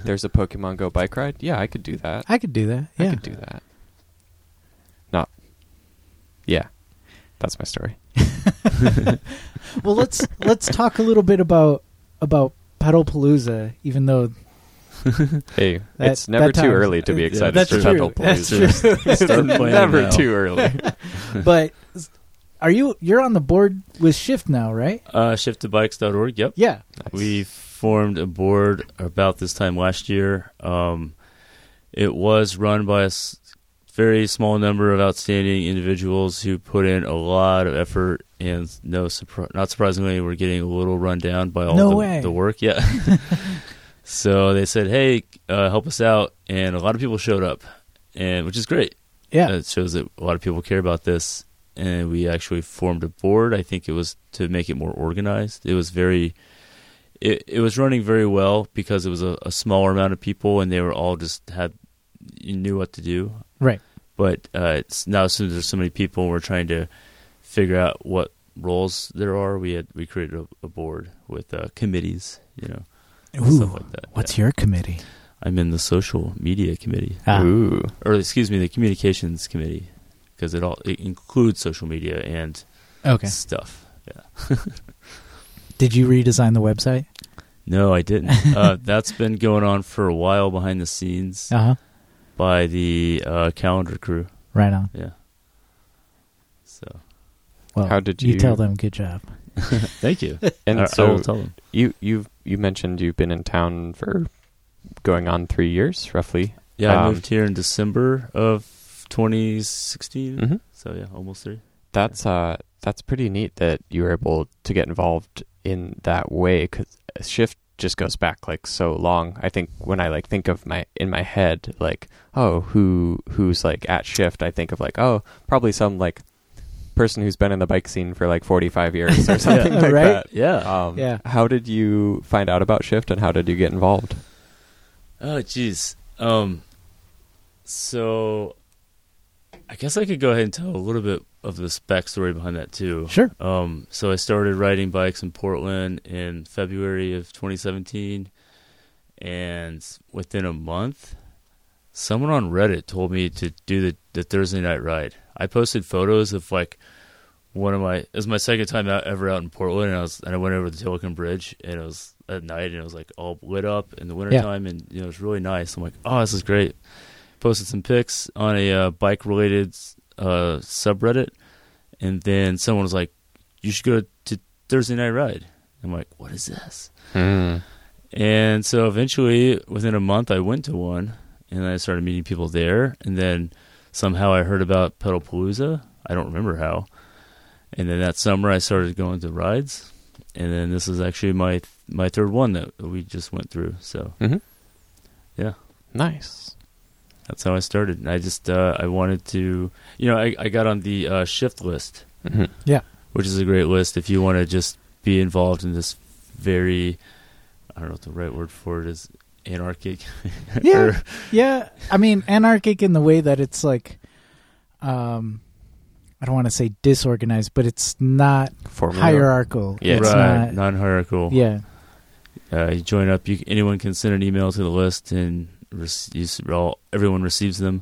Speaker 1: There's a Pokemon Go bike ride? Yeah, I could do that.
Speaker 3: Mm-hmm.
Speaker 2: I could do that.
Speaker 1: I
Speaker 2: Yeah.
Speaker 1: could do that. Not. Yeah. That's my story.
Speaker 2: well, let's let's talk a little bit about about Pedalpalooza, even though
Speaker 1: Hey,
Speaker 2: That-
Speaker 1: it's never
Speaker 2: that
Speaker 1: too
Speaker 2: time-
Speaker 1: early to be
Speaker 3: Yeah,
Speaker 1: excited
Speaker 2: that's
Speaker 1: for
Speaker 2: true.
Speaker 1: Pedal
Speaker 2: That's
Speaker 1: Palooza.
Speaker 3: Start
Speaker 1: It's
Speaker 3: playing
Speaker 1: never
Speaker 3: now.
Speaker 1: too early.
Speaker 2: but Are you you're on the board with Shift now, right?
Speaker 3: Uh, shiftobikes.org. Yep.
Speaker 2: Yeah.
Speaker 1: Nice.
Speaker 3: We formed a board about this time last year. Um, it was run by a s- very small number of outstanding individuals who put in a lot of effort, and no, surpri- not surprisingly, we're getting a little run down by all
Speaker 2: No
Speaker 3: the,
Speaker 2: way.
Speaker 3: the work. Yeah. so they said, "Hey, uh, help us out," and a lot of people showed up, and which is great.
Speaker 2: Yeah.
Speaker 3: Uh, It shows that a lot of people care about this. And we actually formed a board. I think it was to make it more organized. It was very, it, it was running very well because it was a, a smaller amount of people and they were all just had, you knew what to do.
Speaker 2: Right.
Speaker 3: But uh, it's now since there's so many people, we're trying to figure out what roles there are. We had we created a, a board with uh, committees, you know, stuff
Speaker 2: Ooh.
Speaker 3: like that.
Speaker 2: What's
Speaker 3: yeah.
Speaker 2: your committee?
Speaker 3: I'm in the social media committee
Speaker 2: Ah.
Speaker 1: Ooh.
Speaker 3: or excuse me, the communications committee, because it all it includes social media and
Speaker 2: Okay.
Speaker 3: stuff. Yeah.
Speaker 2: Did you redesign the website?
Speaker 3: No, I didn't. uh, that's been going on for a while behind the scenes
Speaker 2: Uh huh.
Speaker 3: by the uh, calendar crew.
Speaker 2: Right on.
Speaker 3: Yeah. So
Speaker 2: Well,
Speaker 1: How did
Speaker 2: you
Speaker 1: you-
Speaker 2: tell them? Good job.
Speaker 3: thank you.
Speaker 1: And
Speaker 3: I, I
Speaker 1: so
Speaker 3: will tell them.
Speaker 1: you you you mentioned you've been in town for going on three years roughly.
Speaker 3: Yeah, I
Speaker 1: Um,
Speaker 3: moved here in December of 2016.
Speaker 1: Mhm.
Speaker 3: So yeah, almost three.
Speaker 1: That's uh that's pretty neat that you were able to get involved in that way because shift just goes back like so long. I think when I like think of my in my head like oh who who's like at shift, I think of like oh probably some like person who's been in the bike scene for like forty five years or something like
Speaker 2: Right?
Speaker 1: that.
Speaker 3: Yeah.
Speaker 1: Um,
Speaker 2: Yeah.
Speaker 1: How did you find out about Shift and how did you get involved?
Speaker 3: Oh, jeez. Um, so I guess I could go ahead and tell a little bit of this backstory behind that too.
Speaker 2: Sure.
Speaker 3: Um, so I started riding bikes in Portland in February of 2017, and within a month, someone on Reddit told me to do the, the Thursday night ride. I posted photos of like one of my it was my second time out ever out in Portland, and I was and I went over the Tillicum Bridge, and it was at night, and it was like all lit up in the wintertime, and you know it was really nice. I'm like, oh, this is great. Posted some pics on a uh, bike related uh, subreddit, and then someone was like, you should go to Thursday Night Ride. I'm like, what is this? Hmm. And so eventually, within a month, I went to one and I started meeting people there. And then somehow I heard about Pedalpalooza. I don't remember how. And then that summer, I started going to rides. And then this is actually my my third one that we just went through. So
Speaker 1: Mm-hmm. Nice.
Speaker 3: that's how I started. And I just uh, I wanted to, you know, I, I got on the uh, shift list
Speaker 1: Mhm.
Speaker 3: Mm-hmm. which is a great list if you want to just be involved in this very I don't know what the right word for it is anarchic
Speaker 2: Yeah.
Speaker 3: or-
Speaker 2: Yeah, I mean anarchic in the way that it's like, um, I don't want to say disorganized, but it's not
Speaker 1: Formula.
Speaker 2: hierarchical.
Speaker 1: Yeah.
Speaker 2: it's
Speaker 3: right,
Speaker 2: not.
Speaker 3: non-hierarchical.
Speaker 2: Yeah,
Speaker 3: Uh, you join up. You, anyone can send an email to the list, and rec- you, s- all, everyone receives them.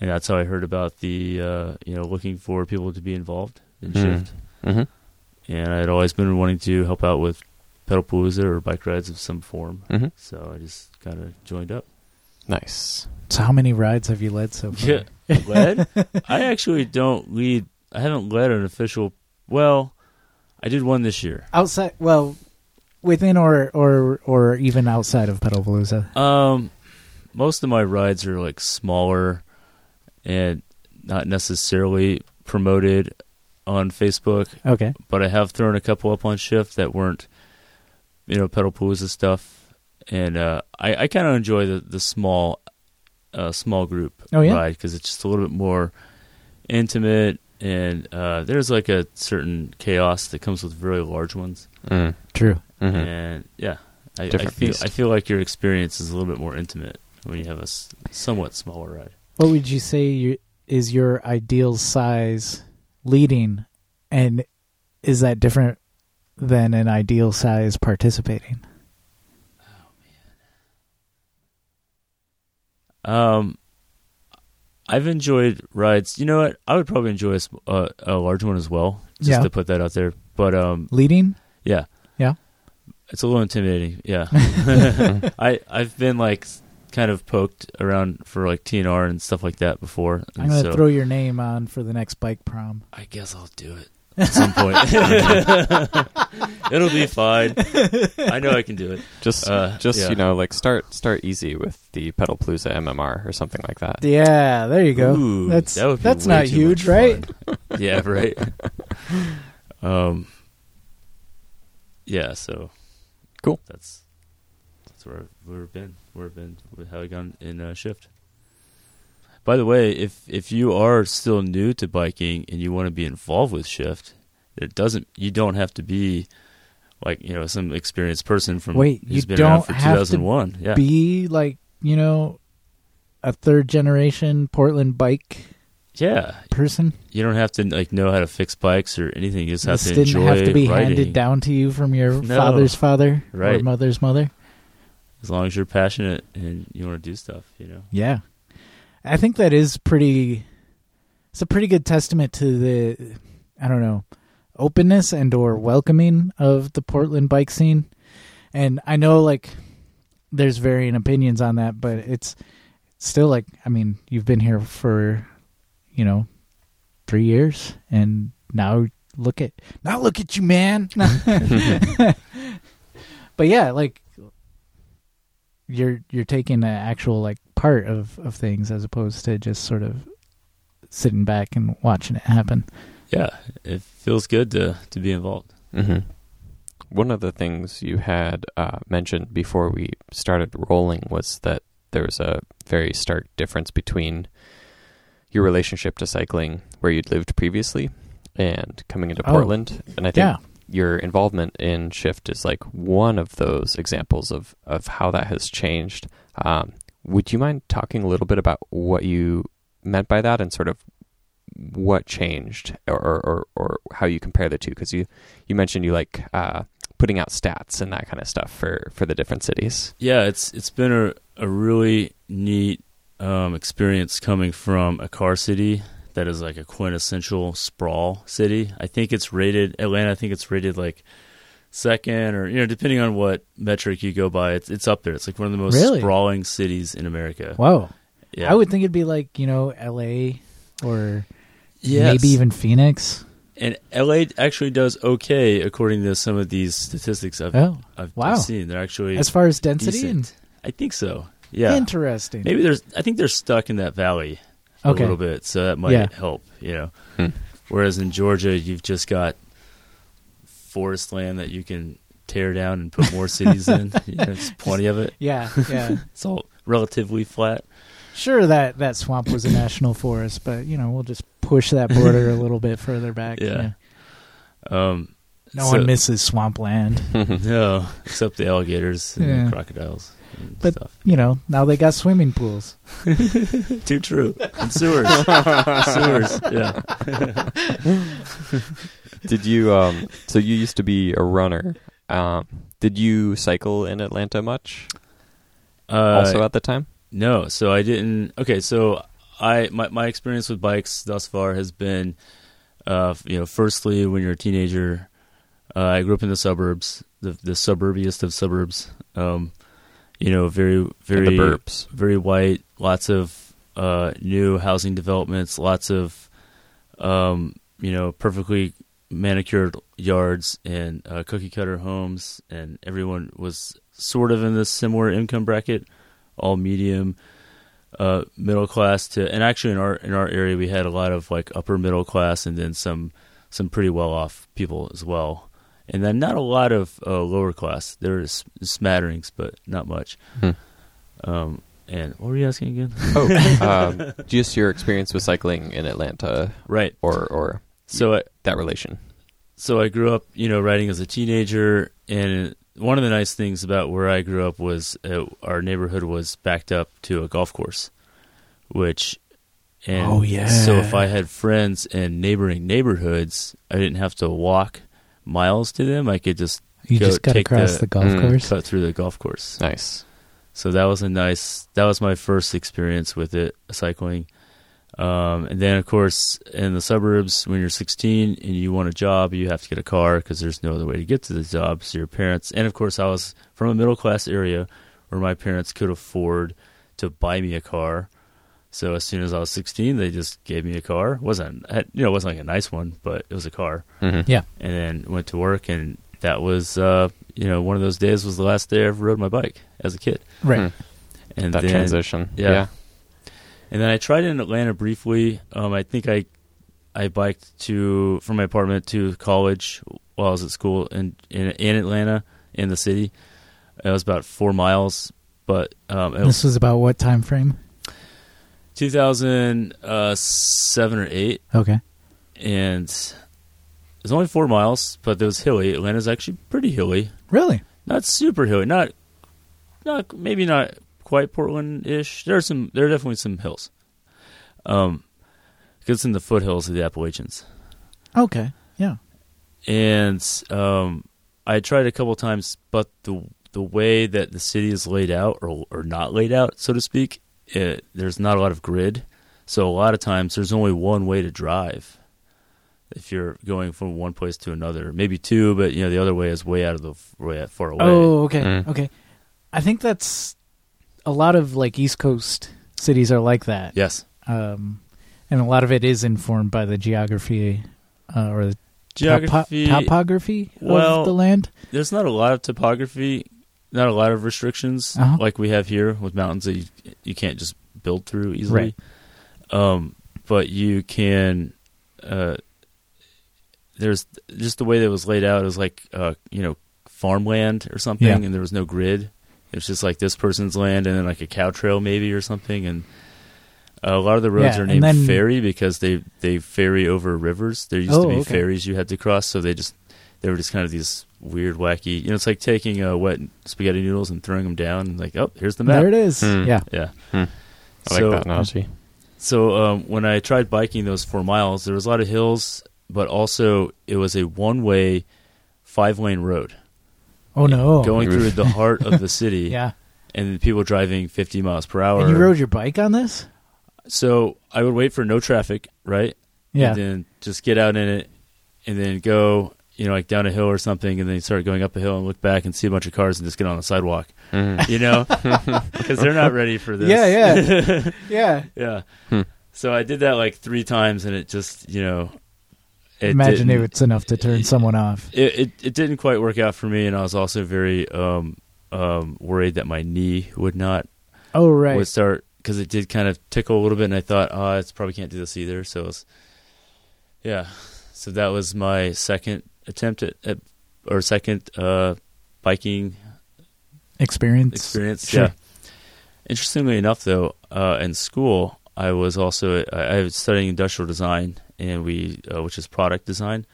Speaker 3: And that's how I heard about the uh, you know looking for people to be involved in
Speaker 1: Hmm.
Speaker 3: shift.
Speaker 1: Mhm.
Speaker 3: And I'd always been wanting to help out with pedalpalooza or bike rides of some form.
Speaker 1: Mhm.
Speaker 3: So I just kind of joined up.
Speaker 1: Nice.
Speaker 2: So how many rides have you led so far?
Speaker 3: Yeah. led? I actually don't lead. I haven't led an official. Well, I did one this year.
Speaker 2: Outside, well, within or or or even outside of Pedalpalooza.
Speaker 3: Um, most of my rides are like smaller and not necessarily promoted on Facebook,
Speaker 2: Okay.
Speaker 3: but I have thrown a couple up on Shift that weren't, you know, pedal palooza stuff, and uh, I I kind of enjoy the the small, uh, small group
Speaker 2: Oh, yeah?
Speaker 3: ride because it's just a little bit more intimate, and uh, there's like a certain chaos that comes with very large ones,
Speaker 1: Mm.
Speaker 2: True.
Speaker 1: Mhm.
Speaker 3: and yeah, I, I
Speaker 1: Different
Speaker 3: feel
Speaker 1: beast.
Speaker 3: I feel like your experience is a little bit more intimate when you have a s- somewhat smaller ride.
Speaker 2: What would you say you, is your ideal size leading, and is that different than an ideal size participating?
Speaker 3: Um, I've enjoyed rides. You know what? I would probably enjoy a, sm- a, a large one as well. Just
Speaker 2: Yeah.
Speaker 3: to put that out there. But um,
Speaker 2: Leading?
Speaker 3: yeah,
Speaker 2: Yeah.
Speaker 3: it's a little intimidating. Yeah, I I've been like kind of poked around for like TNR and stuff like that before.
Speaker 2: I'm
Speaker 3: and
Speaker 2: gonna
Speaker 3: so
Speaker 2: throw your name on for the next bike prom.
Speaker 3: I guess I'll do it at some point. It'll be fine. I know I can do it.
Speaker 1: Just
Speaker 3: Uh,
Speaker 1: just
Speaker 3: yeah.
Speaker 1: you know, like start start easy with the Pedal Palooza MMR or something like that.
Speaker 2: Yeah, there you go.
Speaker 3: Ooh,
Speaker 2: that's
Speaker 3: that would be
Speaker 2: that's
Speaker 3: way
Speaker 2: not
Speaker 3: too
Speaker 2: huge,
Speaker 3: much
Speaker 2: right?
Speaker 3: fun. yeah, right. um, yeah. So
Speaker 1: Cool.
Speaker 3: That's that's where we've been. Where we've been with how we gone in uh, shift. By the way, if if you are still new to biking and you want to be involved with shift, it doesn't. You don't have to be like you know some experienced person from
Speaker 2: Wait,
Speaker 3: who's
Speaker 2: you
Speaker 3: been around
Speaker 2: don't
Speaker 3: for
Speaker 2: have to
Speaker 3: 2001. Yeah.
Speaker 2: Be like you know, a third generation Portland bike
Speaker 3: yeah,
Speaker 2: person.
Speaker 3: you don't have to like know how to fix bikes or anything. You just have
Speaker 2: this
Speaker 3: to
Speaker 2: didn't
Speaker 3: enjoy
Speaker 2: have to be
Speaker 3: riding.
Speaker 2: handed down to you from your
Speaker 3: No.
Speaker 2: father's father or
Speaker 3: Right.
Speaker 2: mother's mother.
Speaker 3: As long as you're passionate and you want to do stuff, you know.
Speaker 2: Yeah, I think that is pretty. It's a pretty good testament to the, I don't know, openness and or welcoming of the Portland bike scene, and I know like there's varying opinions on that, but it's still like I mean you've been here for, you know, three years, and now look at now look at you, man. but yeah, like you're you're taking an actual like part of of things as opposed to just sort of sitting back and watching it happen.
Speaker 3: Yeah, it feels good to to be involved.
Speaker 1: hmm
Speaker 2: Mm-hmm.
Speaker 1: One of the things you had uh, mentioned before we started rolling was that there was a very stark difference between your relationship to cycling where you'd lived previously and coming into
Speaker 2: Oh.
Speaker 1: Portland. And I think
Speaker 2: Yeah.
Speaker 1: your involvement in Shift is like one of those examples of, of how that has changed. Um, would you mind talking a little bit about what you meant by that and sort of what changed or, or, or, or how you compare the two? Because you, you mentioned you like uh, putting out stats and that kind of stuff for, for the different cities.
Speaker 3: Yeah, it's it's been a a really neat um, experience coming from a car city that is like a quintessential sprawl city. I think it's rated Atlanta. I think it's rated like second or you know depending on what metric you go by, it's it's up there. It's like one of the most
Speaker 2: Really?
Speaker 3: sprawling cities in America.
Speaker 2: Wow.
Speaker 3: Yeah,
Speaker 2: I would think it'd be like, you know, LA or
Speaker 3: Yes.
Speaker 2: maybe even Phoenix.
Speaker 3: And LA actually does okay according to some of these statistics I've,
Speaker 2: Oh.
Speaker 3: I've
Speaker 2: wow.
Speaker 3: seen. They're actually,
Speaker 2: As far as density
Speaker 3: decent. I think so. Yeah,
Speaker 2: and interesting.
Speaker 3: maybe there's. I think they're stuck in that valley for
Speaker 2: Okay.
Speaker 3: a little bit, so that might
Speaker 2: Yeah.
Speaker 3: help. You know,
Speaker 1: Hmm.
Speaker 3: whereas in Georgia, you've just got forest land that you can tear down and put more cities in. You know, There's plenty of it.
Speaker 2: Yeah, yeah.
Speaker 3: It's all relatively flat.
Speaker 2: sure that that swamp was a national forest, but you know, we'll just push that border a little bit further back.
Speaker 3: Yeah. Um,
Speaker 2: No
Speaker 3: so-
Speaker 2: one misses swampland.
Speaker 3: No, except the alligators and
Speaker 2: Yeah.
Speaker 3: the crocodiles and
Speaker 2: But-
Speaker 3: stuff.
Speaker 2: You know, now they got swimming pools.
Speaker 3: Too true. And sewers. sewers. Yeah.
Speaker 1: did you um so you used to be a runner um did you cycle in atlanta much
Speaker 3: Uh,
Speaker 1: also at the time
Speaker 3: no. So I didn't. Okay. So I my my experience with bikes thus far has been, uh, f- you know, firstly when you're a teenager, uh, I grew up in the suburbs, the the suburbiest of suburbs. Um, you know, very
Speaker 1: in
Speaker 3: very
Speaker 1: the burbs
Speaker 3: very white, lots of uh, new housing developments, lots of um, you know perfectly manicured yards and uh, cookie cutter homes, and everyone was sort of in this similar income bracket, all medium, uh, middle class to, and actually in our in our area we had a lot of like upper middle class and then some some pretty well off people as well. And then not a lot of uh, lower class. There's smatterings, but not much.
Speaker 1: Hmm.
Speaker 3: Um, and what were you asking again?
Speaker 1: oh um, just your experience with cycling in atlanta
Speaker 3: right.
Speaker 1: or or
Speaker 3: So I,
Speaker 1: that relation
Speaker 3: so I grew up, you know, riding as a teenager, and one of the nice things about where I grew up was uh, our neighborhood was backed up to a golf course, which, and
Speaker 2: Oh, yeah.
Speaker 3: so if I had friends in neighboring neighborhoods, I didn't have to walk miles to them. I could just
Speaker 2: You
Speaker 3: Go
Speaker 2: just got
Speaker 3: take
Speaker 2: across
Speaker 3: the-
Speaker 2: the, golf
Speaker 1: Mm.
Speaker 2: course.
Speaker 3: cut through the golf course.
Speaker 1: nice
Speaker 3: So that was a nice. That was my first experience with it cycling. Um, and then, of course, in the suburbs, when you're 16 and you want a job, you have to get a car because there's no other way to get to the job. So your parents, and of course, I was from a middle class area where my parents could afford to buy me a car. So as soon as I was 16, they just gave me a car. wasn't had- you know it wasn't like a nice one, but it was a car.
Speaker 1: Mhm.
Speaker 2: Yeah.
Speaker 3: And then went to work, and that was uh, you know one of those days was the last day I ever rode my bike as a kid.
Speaker 2: Right.
Speaker 3: And
Speaker 1: That
Speaker 3: then,
Speaker 1: transition.
Speaker 3: yeah.
Speaker 1: yeah.
Speaker 3: And then I tried it in Atlanta briefly. Um, I think I I biked to from my apartment to college while I was at school in in, in Atlanta in the city. It was about four miles, but um, it was
Speaker 2: This was about what time frame?
Speaker 3: 2007 uh, or eight,
Speaker 2: Okay.
Speaker 3: and it was only four miles, but it was hilly. Atlanta's actually pretty hilly,
Speaker 2: Really?
Speaker 3: not super hilly, not not maybe not quite Portland ish. There are some, there are definitely some hills. Um, 'cause it's in the foothills of the Appalachians,
Speaker 2: Okay. Yeah.
Speaker 3: and um, I tried a couple times, but the the way that the city is laid out or or not laid out, so to speak, it, there's not a lot of grid. So a lot of times there's only one way to drive if you're going from one place to another, maybe two, but you know the other way is way out of the way out- far away.
Speaker 2: Oh, okay.
Speaker 1: Mm.
Speaker 2: Okay. I think that's a lot of like East Coast cities are like that.
Speaker 3: yes,
Speaker 2: um, and a lot of it is informed by the geography uh, or the
Speaker 3: geography.
Speaker 2: topo- topography
Speaker 3: well-
Speaker 2: of the land.
Speaker 3: there's not a lot of topography, not a lot of restrictions
Speaker 2: Uh-huh.
Speaker 3: like we have here with mountains that you you can't just build through easily. Um, but you can. Uh, there's just the way that it was laid out is like uh, you know farmland or something,
Speaker 2: Yeah.
Speaker 3: and there was no grid. It was just like this person's land, and then like a cow trail maybe or something, and. uh, A lot of the roads
Speaker 2: Yeah,
Speaker 3: are
Speaker 2: and
Speaker 3: named
Speaker 2: then-
Speaker 3: ferry because they, they ferry over rivers. There used
Speaker 2: Oh,
Speaker 3: to be
Speaker 2: okay.
Speaker 3: ferries you had to cross, so they just they were just kind of these weird, wacky. You know, it's like taking uh, wet spaghetti noodles and throwing them down, and like, oh, here's the map.
Speaker 2: There it is.
Speaker 3: Hmm.
Speaker 1: Mm.
Speaker 2: Yeah.
Speaker 3: Yeah.
Speaker 1: I like
Speaker 3: so,
Speaker 1: that analogy.
Speaker 3: So um, when I tried biking those four miles, there was a lot of hills, but also it was a one-way, five-lane road
Speaker 2: Oh no.
Speaker 3: going through the heart of the city,
Speaker 2: yeah.
Speaker 3: and people driving 50 miles per hour.
Speaker 2: And you rode your bike on this?
Speaker 3: so I would wait for no traffic, right?
Speaker 2: Yeah.
Speaker 3: And then just get out in it and then go, you know, like down a hill or something and then start going up a hill and look back and see a bunch of cars and just get on the sidewalk,
Speaker 1: Mhm.
Speaker 3: you know? Because they're not ready for this.
Speaker 2: Yeah,
Speaker 3: yeah.
Speaker 2: yeah.
Speaker 3: yeah.
Speaker 1: Hmm.
Speaker 3: So I did that like three times and it just, you know, it
Speaker 2: Imagine
Speaker 3: didn't-
Speaker 2: if it's enough to turn
Speaker 3: it-
Speaker 2: someone off.
Speaker 3: it, it it didn't quite work out for me, and I was also very um, um, worried that my knee would not
Speaker 2: Oh right.
Speaker 3: would start because it did kind of tickle a little bit, and I thought, oh, it's probably can't do this either. So, it was, yeah, so that was my second attempt at, at or second uh, biking
Speaker 2: Experience.
Speaker 3: experience.
Speaker 2: Sure.
Speaker 3: Yeah. Interestingly enough, though, uh, in school I was also I, I was studying industrial design, and we uh, which is product design,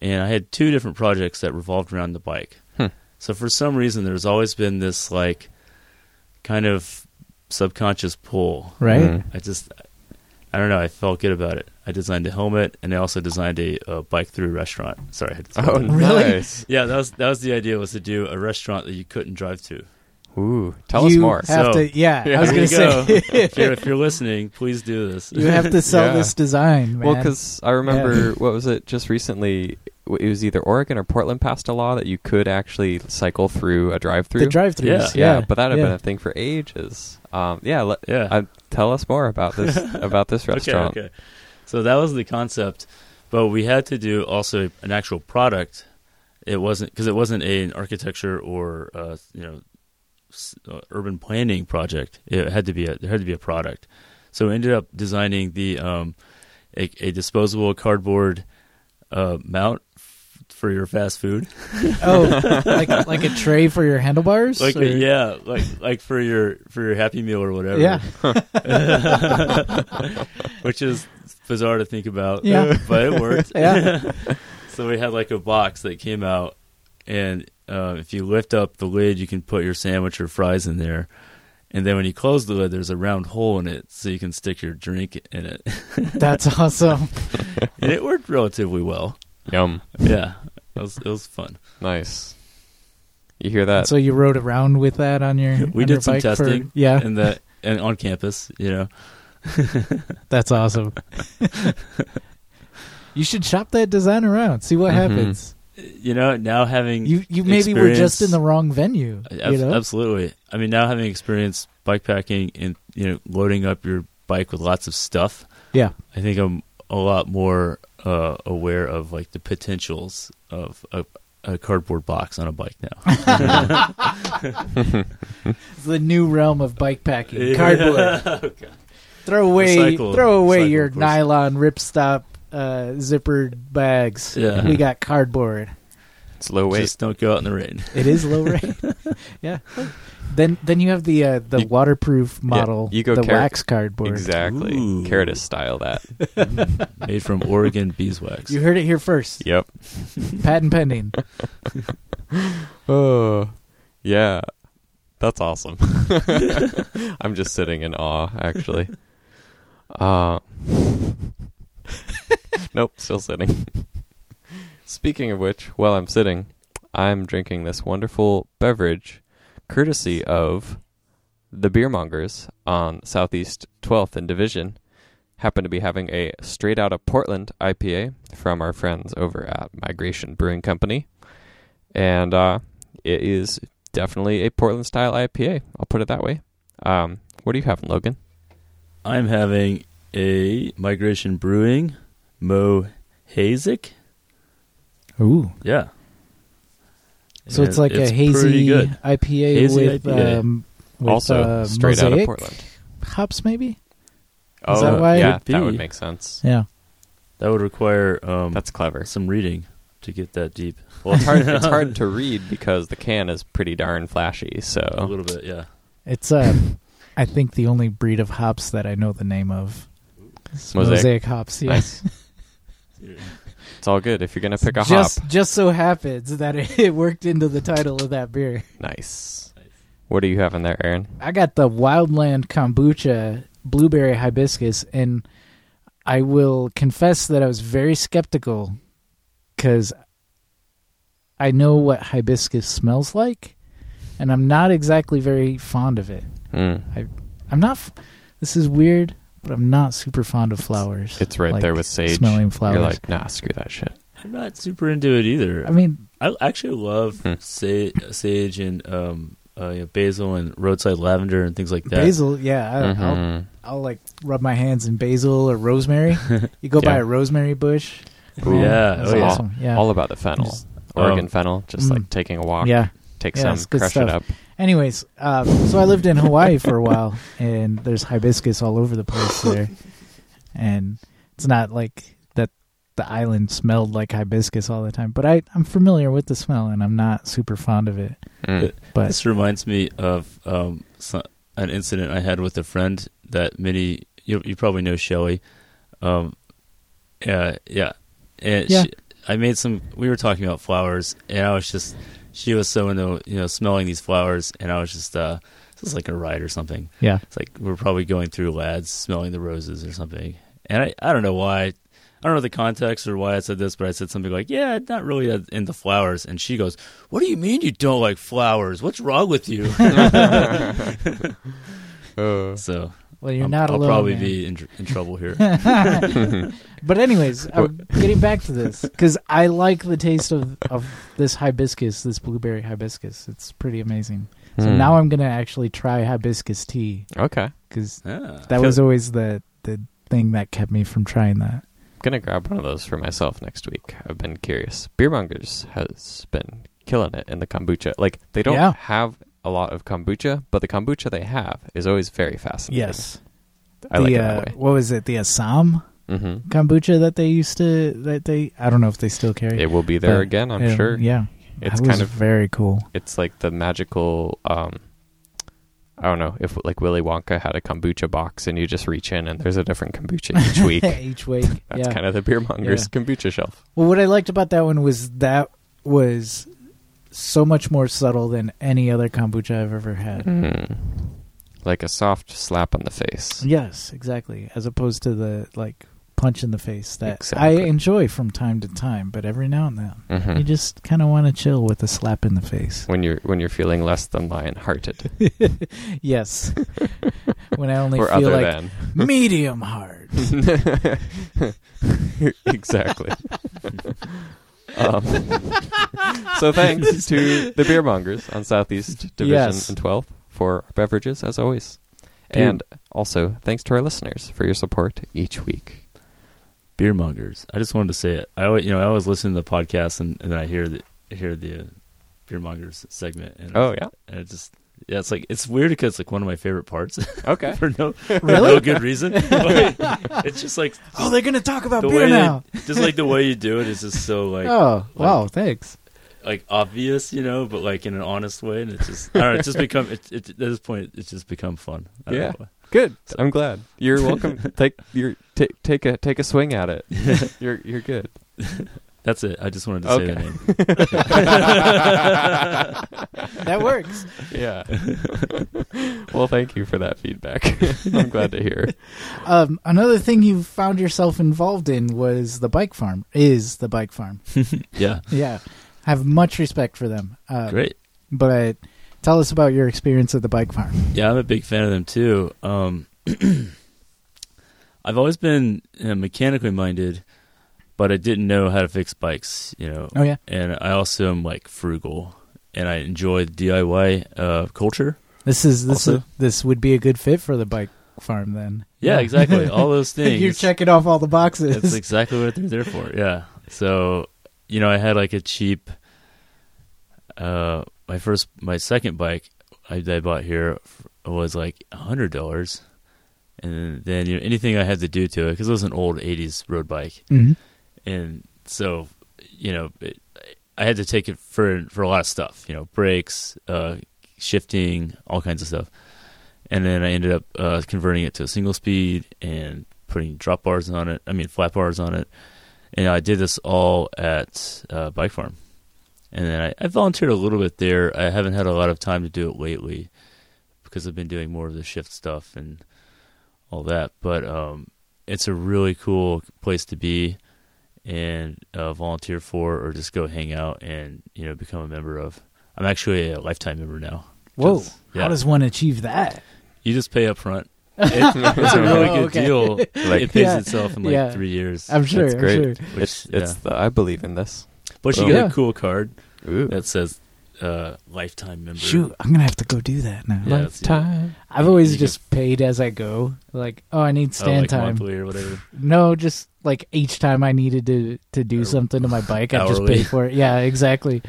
Speaker 3: and I had two different projects that revolved around the bike.
Speaker 1: Hmm.
Speaker 3: So for some reason, there's always been this like kind of subconscious pull.
Speaker 2: Right?
Speaker 1: Mhm.
Speaker 3: I just I don't know. I felt good about it. I designed a helmet, and I also designed a uh, bike through restaurant. Sorry, I had to
Speaker 1: Oh,
Speaker 2: Really?
Speaker 1: nice.
Speaker 3: yeah. That was that was the idea was to do a restaurant that you couldn't drive to.
Speaker 1: Ooh, tell us
Speaker 2: You
Speaker 1: more.
Speaker 2: Have
Speaker 3: So-
Speaker 2: to, yeah,
Speaker 1: Yeah.
Speaker 2: I was
Speaker 1: There
Speaker 2: gonna
Speaker 3: you
Speaker 2: say
Speaker 3: if you're, if you're listening, please do this.
Speaker 2: you have to sell
Speaker 1: Yeah.
Speaker 2: this design, man.
Speaker 1: Well, because I remember what was it just recently? w- It was either Oregon or Portland passed a law that you could actually cycle through a drive-through.
Speaker 2: the drive-throughs,
Speaker 1: yeah,
Speaker 2: yeah,
Speaker 1: but that had
Speaker 2: yeah.
Speaker 1: been a thing for ages. Um, yeah, let,
Speaker 3: Yeah.
Speaker 1: I- tell us more about this about this
Speaker 3: okay,
Speaker 1: restaurant.
Speaker 3: okay. So that was the concept, but we had to do also an actual product. It wasn't because it wasn't a, an architecture or uh, you know s- uh, urban planning project. It had to be a, there had to be a product. So we ended up designing the um, a, a disposable cardboard uh, mount f- for your fast food.
Speaker 2: Oh, like like a tray for your handlebars?
Speaker 3: like
Speaker 2: or-
Speaker 3: yeah, like like for your for your Happy Meal or whatever.
Speaker 2: Yeah.
Speaker 3: which is bizarre to think about.
Speaker 2: Yeah.
Speaker 3: but it worked.
Speaker 2: Yeah.
Speaker 3: so we had like a box that came out, and uh, if you lift up the lid, you can put your sandwich or fries in there. And then when you close the lid, there's a round hole in it, so you can stick your drink in it.
Speaker 2: That's awesome.
Speaker 3: and it worked relatively well.
Speaker 1: Yum,
Speaker 3: Yeah, it was it was fun.
Speaker 1: nice. You hear that?
Speaker 2: so you rode around with that on your
Speaker 3: We
Speaker 2: on
Speaker 3: did
Speaker 2: your
Speaker 3: some
Speaker 2: bike for-
Speaker 3: testing
Speaker 2: yeah,
Speaker 3: And that and on campus, you know.
Speaker 2: that's awesome. you should shop that design around, see what
Speaker 1: Mhm.
Speaker 2: happens.
Speaker 3: you know now having
Speaker 2: You you maybe were just in the wrong venue.
Speaker 3: Ab-
Speaker 2: you know?
Speaker 3: absolutely i mean now having experienced bikepacking in you know loading up your bike with lots of stuff.
Speaker 2: Yeah.
Speaker 3: I think I'm a lot more uh, aware of like the potentials of a, a cardboard box on a bike now.
Speaker 2: It's the new realm of bike packing.
Speaker 3: Yeah.
Speaker 2: Cardboard. Throw away,
Speaker 3: Recycle-
Speaker 2: throw away
Speaker 3: recycle,
Speaker 2: your
Speaker 3: of course.
Speaker 2: nylon ripstop uh, zippered bags.
Speaker 3: Yeah.
Speaker 2: We got cardboard.
Speaker 1: It's low weight.
Speaker 3: Just don't go out in the rain.
Speaker 2: It is low rate. yeah. Then then you have the uh, the
Speaker 1: You-
Speaker 2: waterproof model.
Speaker 1: you go
Speaker 2: the
Speaker 1: carrot-
Speaker 2: wax cardboard.
Speaker 1: Exactly.
Speaker 3: Ooh.
Speaker 1: Caratus style that.
Speaker 3: Made from Oregon beeswax.
Speaker 2: You heard it here first.
Speaker 1: Yep.
Speaker 2: Patent pending.
Speaker 1: Oh, yeah. That's awesome. I'm just sitting in awe, actually. Uh, nope, still sitting. Speaking of which, while I'm sitting, I'm drinking this wonderful beverage courtesy of the Beermongers on Southeast 12th and Division. Happen to be having a straight out of Portland IPA from our friends over at Migration Brewing Company and uh, it is definitely a Portland style IPA. I'll put it that way. Um, what are you having, Logan?
Speaker 3: I'm having a Migration Brewing Mo Hazik.
Speaker 2: Ooh.
Speaker 3: Yeah.
Speaker 2: So it's
Speaker 3: And
Speaker 2: like a
Speaker 3: pretty
Speaker 2: hazy
Speaker 3: good.
Speaker 2: IPA
Speaker 3: Hazy
Speaker 2: with,
Speaker 3: IPA.
Speaker 2: Um, with
Speaker 1: also
Speaker 2: uh,
Speaker 1: straight out of
Speaker 2: mosaic
Speaker 1: Portland.
Speaker 2: hops, maybe.
Speaker 1: Oh,
Speaker 2: that why-
Speaker 1: yeah,
Speaker 3: Could
Speaker 1: that
Speaker 3: be.
Speaker 1: would make sense.
Speaker 2: Yeah.
Speaker 3: That would require um,
Speaker 1: That's clever.
Speaker 3: some reading to get that deep.
Speaker 1: Well, it's hard. it's hard to read because the can is pretty darn flashy.
Speaker 3: A
Speaker 1: So
Speaker 3: little bit, yeah.
Speaker 2: It's uh, I think the only breed of hops that I know the name of. It's
Speaker 1: Mosaic.
Speaker 2: hops. Yeah.
Speaker 1: nice. It's all good. If you're gonna pick a
Speaker 2: just
Speaker 1: hop,
Speaker 2: just so happens that it, it worked into the title of that beer.
Speaker 1: nice. What are you having there, Aaron?
Speaker 2: I got the Wildland kombucha blueberry hibiscus, and I will confess that I was very skeptical because I know what hibiscus smells like, and I'm not exactly very fond of it.
Speaker 1: Mm.
Speaker 2: I'm not. f- This is weird, but I'm not super fond of flowers.
Speaker 1: It's right
Speaker 2: Like
Speaker 1: there with sage.
Speaker 2: smelling flowers.
Speaker 1: You're like, nah, screw that shit.
Speaker 3: I'm not super into it either.
Speaker 2: I mean,
Speaker 3: I actually love
Speaker 1: Hmm.
Speaker 3: sa- sage and um, uh, yeah, basil and roadside lavender and things like that.
Speaker 2: basil. Yeah, I, Uh, I'll,
Speaker 1: Mhm.
Speaker 2: I'll like rub my hands in basil or rosemary. you go by
Speaker 1: Yeah.
Speaker 2: a rosemary bush.
Speaker 1: Ooh.
Speaker 3: Yeah,
Speaker 2: That's
Speaker 3: oh, yeah.
Speaker 2: awesome. Yeah,
Speaker 1: All about the fennel,
Speaker 2: Just-
Speaker 1: Oregon
Speaker 3: Um,
Speaker 1: fennel. Just
Speaker 2: Mm.
Speaker 1: like taking a walk,
Speaker 2: yeah.
Speaker 1: take
Speaker 2: Yeah, it's
Speaker 1: some,
Speaker 2: good
Speaker 1: crush
Speaker 2: stuff.
Speaker 1: it up.
Speaker 2: Anyways, uh, so I lived in Hawaii for a while, and there's hibiscus all over the place there, and it's not like that the island smelled like hibiscus all the time, but I I'm familiar with the smell, and I'm not super fond of it.
Speaker 1: Mm.
Speaker 2: But
Speaker 3: This reminds me of um, so- an incident I had with a friend that many you, you probably know Shelly. Um, uh, yeah, and
Speaker 2: Yeah.
Speaker 3: She, I made some. We were talking about flowers, and I was just she was so into you know smelling these flowers, and I was just uh, this is like a ride or something.
Speaker 2: yeah,
Speaker 3: It's like we're probably going through lads smelling the roses or something. And I, I don't know why. I don't know the context or why I said this, but I said something like, "Yeah, not really that into flowers." And she goes, "What do you mean you don't like flowers? What's wrong with you?" so
Speaker 2: well, you're
Speaker 3: I'm-
Speaker 2: not
Speaker 3: I'll
Speaker 2: alone.
Speaker 3: probably
Speaker 2: man.
Speaker 3: be in, tr- in trouble here.
Speaker 2: but anyways, I'm getting back to this because I like the taste of of this hibiscus, this blueberry hibiscus. It's pretty amazing. So
Speaker 1: Mm.
Speaker 2: now I'm gonna actually try hibiscus tea
Speaker 1: okay. I'm
Speaker 2: because
Speaker 3: Ah.
Speaker 2: That was always the the thing that kept me from trying that.
Speaker 1: gonna grab one of those for myself next week. I've been curious. Beermongers has been killing it in the kombucha. Like they don't
Speaker 2: Yeah.
Speaker 1: have a lot of kombucha, but the kombucha they have is always very fascinating. I
Speaker 2: the,
Speaker 1: like it
Speaker 2: uh,
Speaker 1: that way.
Speaker 2: What was it? The Assam
Speaker 1: Mm-hmm.
Speaker 2: kombucha that they used to that they I don't know if they still carry.
Speaker 1: It will be there
Speaker 2: But,
Speaker 1: again, I'm
Speaker 2: Um,
Speaker 1: sure.
Speaker 2: Yeah,
Speaker 1: It's
Speaker 2: that was
Speaker 1: kind of
Speaker 2: very cool.
Speaker 1: it's like the magical. um I don't know if like Willy Wonka had a kombucha box and you just reach in and there's a different kombucha each week.
Speaker 2: Each week,
Speaker 1: That's
Speaker 2: yeah.
Speaker 1: kind of the beermonger's kombucha shelf.
Speaker 2: well, what I liked about that one was that was so much more subtle than any other kombucha I've ever
Speaker 3: Mm-hmm.
Speaker 2: had.
Speaker 1: Mm. Like a soft slap on the face.
Speaker 2: Yes, exactly. As opposed to the like punch in the face that I
Speaker 1: Exactly.
Speaker 2: enjoy from time to time, but every now and then.
Speaker 3: Mm-hmm.
Speaker 1: Mhm.
Speaker 2: You just kind of want to chill with a slap in the face.
Speaker 1: when you're when you're feeling less than lion-hearted
Speaker 2: yes. when I only
Speaker 1: or
Speaker 2: feel
Speaker 1: other
Speaker 2: like medium hard.
Speaker 1: than exactly. um, so thanks to the beer mongers on Southeast Division
Speaker 2: Yes.
Speaker 1: and 12th for our beverages as always,
Speaker 3: Dude.
Speaker 1: And also, thanks to our listeners for your support each week.
Speaker 3: Beer mongers. I just wanted to say it. I always, you know, I always listen to the podcast and, and then I hear the I hear the uh, beer mongers segment. And
Speaker 2: Mm.
Speaker 1: Oh, yeah?
Speaker 3: and it just yeah, it's like it's weird because it's like one of my favorite parts
Speaker 1: Okay.
Speaker 3: for no for
Speaker 2: Really?
Speaker 3: no good reason. But it's just like
Speaker 2: Oh, they're gonna talk about
Speaker 3: the
Speaker 2: beer
Speaker 3: way
Speaker 2: now.
Speaker 3: they, just like the way you do it is just so like
Speaker 2: oh, wow, thanks.
Speaker 3: like obvious, you know, but like in an honest way, and it's just I don't know. It's just become it, it, at this point, it's just become fun. I don't
Speaker 1: Yeah.
Speaker 3: know.
Speaker 1: Good. I'm glad. You're welcome. take your ta take a take a swing at it. You're you're good.
Speaker 3: that's it. I just wanted to say the
Speaker 1: Okay.
Speaker 3: name.
Speaker 2: That works.
Speaker 1: Yeah. well, thank you for that feedback. I'm glad to hear.
Speaker 2: um, another thing you found yourself involved in was the bike farm. Is the bike farm?
Speaker 3: Yeah,
Speaker 2: Yeah, have much respect for them. Uh,
Speaker 3: great.
Speaker 2: But tell us about your experience at the bike farm.
Speaker 3: Yeah, I'm a big fan of them too. Um, I've always been uh, mechanically minded, but I didn't know how to fix bikes. You know,
Speaker 2: Oh yeah,
Speaker 3: and I also am like frugal, and I enjoy the DIY uh, culture.
Speaker 2: this is this
Speaker 3: Also-
Speaker 2: is, this would be a good fit for the bike farm then.
Speaker 3: Yeah, exactly. All those things.
Speaker 2: You're checking off all the boxes.
Speaker 3: That's exactly what they're there for. Yeah. So, you know, I had like a cheap, uh, my first, my second bike I, that I bought here was like a hundred dollars, and then you know anything I had to do to it because it was an old '80s road bike,
Speaker 2: Mhm.
Speaker 3: and so you know it, I had to take it for for a lot of stuff, you know, brakes, uh, shifting, all kinds of stuff, and then I ended up uh, converting it to a single speed and putting drop bars on it. I mean, flat bars on it, and I did this all at uh, Bike Farm, and then I, I volunteered a little bit there. I haven't had a lot of time to do it lately because I've been doing more of the shift stuff and all that, but um, it's a really cool place to be and uh, volunteer for, or just go hang out and you know become a member of. I'm actually a lifetime member now.
Speaker 2: Whoa,
Speaker 3: Yeah.
Speaker 2: how does one achieve that?
Speaker 3: You just pay up front. It- it's a really
Speaker 2: Oh,
Speaker 3: good
Speaker 2: okay.
Speaker 3: deal.
Speaker 1: Like-
Speaker 3: it pays
Speaker 2: Yeah.
Speaker 3: itself in like
Speaker 2: Yeah.
Speaker 3: three years.
Speaker 2: I'm sure.
Speaker 1: That's great.
Speaker 2: I'm sure.
Speaker 3: Which,
Speaker 1: it's it's the, I believe in this.
Speaker 3: but you
Speaker 1: Oh.
Speaker 3: get
Speaker 2: Yeah.
Speaker 3: a cool card
Speaker 1: Ooh.
Speaker 3: that says uh, lifetime member. Oh,
Speaker 2: Shoot, I'm gonna have to go do that now.
Speaker 3: Yeah, that's-
Speaker 1: Lifetime.
Speaker 2: I've always
Speaker 3: You
Speaker 2: just paid as I go. Like, oh, I need
Speaker 3: Oh,
Speaker 2: stand
Speaker 3: like
Speaker 2: time.
Speaker 3: monthly or whatever.
Speaker 2: No, just like each time I needed to to do
Speaker 3: Or
Speaker 2: something to my bike, I just
Speaker 3: hourly.
Speaker 2: paid for it. Yeah, exactly.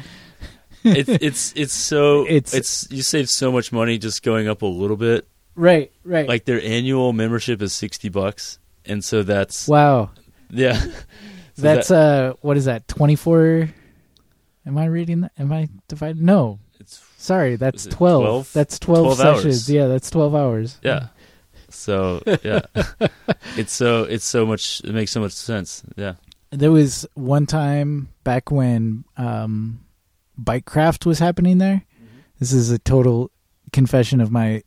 Speaker 3: it's it's it's so
Speaker 2: It's-
Speaker 3: it's it's you save so much money just going up a little bit.
Speaker 2: Right, right.
Speaker 3: Like their annual membership is sixty bucks, and so that's
Speaker 2: wow,
Speaker 3: yeah. So
Speaker 2: that's
Speaker 3: that-
Speaker 2: uh, what is that? Twenty four? Am I reading that? Am I divided? No,
Speaker 3: it's
Speaker 2: sorry, that's
Speaker 3: Is it
Speaker 2: twelve.
Speaker 3: 12?
Speaker 2: That's twelve,
Speaker 3: 12
Speaker 2: sessions.
Speaker 3: hours.
Speaker 2: Yeah, that's twelve hours.
Speaker 3: yeah. So yeah, it's so it's so much. It makes so much sense. Yeah.
Speaker 2: There was one time back when um, Bikecraft was happening there. This is a total confession of my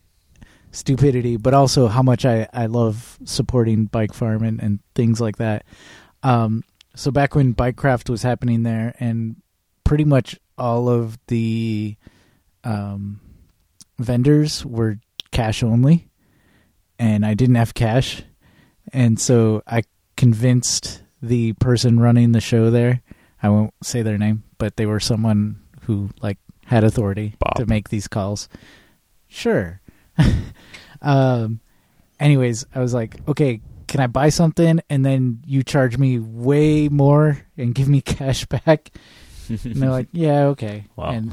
Speaker 2: stupidity, but also how much I, I love supporting Bike Farm and, and things like that. Um, so back when Bikecraft was happening there, and pretty much all of the um, vendors were cash only, and I didn't have cash, and so I convinced the person running the show there. I won't say their name, but they were someone who like had authority
Speaker 1: Bob.
Speaker 2: to make these calls. Sure. um anyways, I was like, "Okay, can I buy something and then you charge me way more and give me cash back?" And they're like, "Yeah, okay."
Speaker 3: Wow.
Speaker 2: And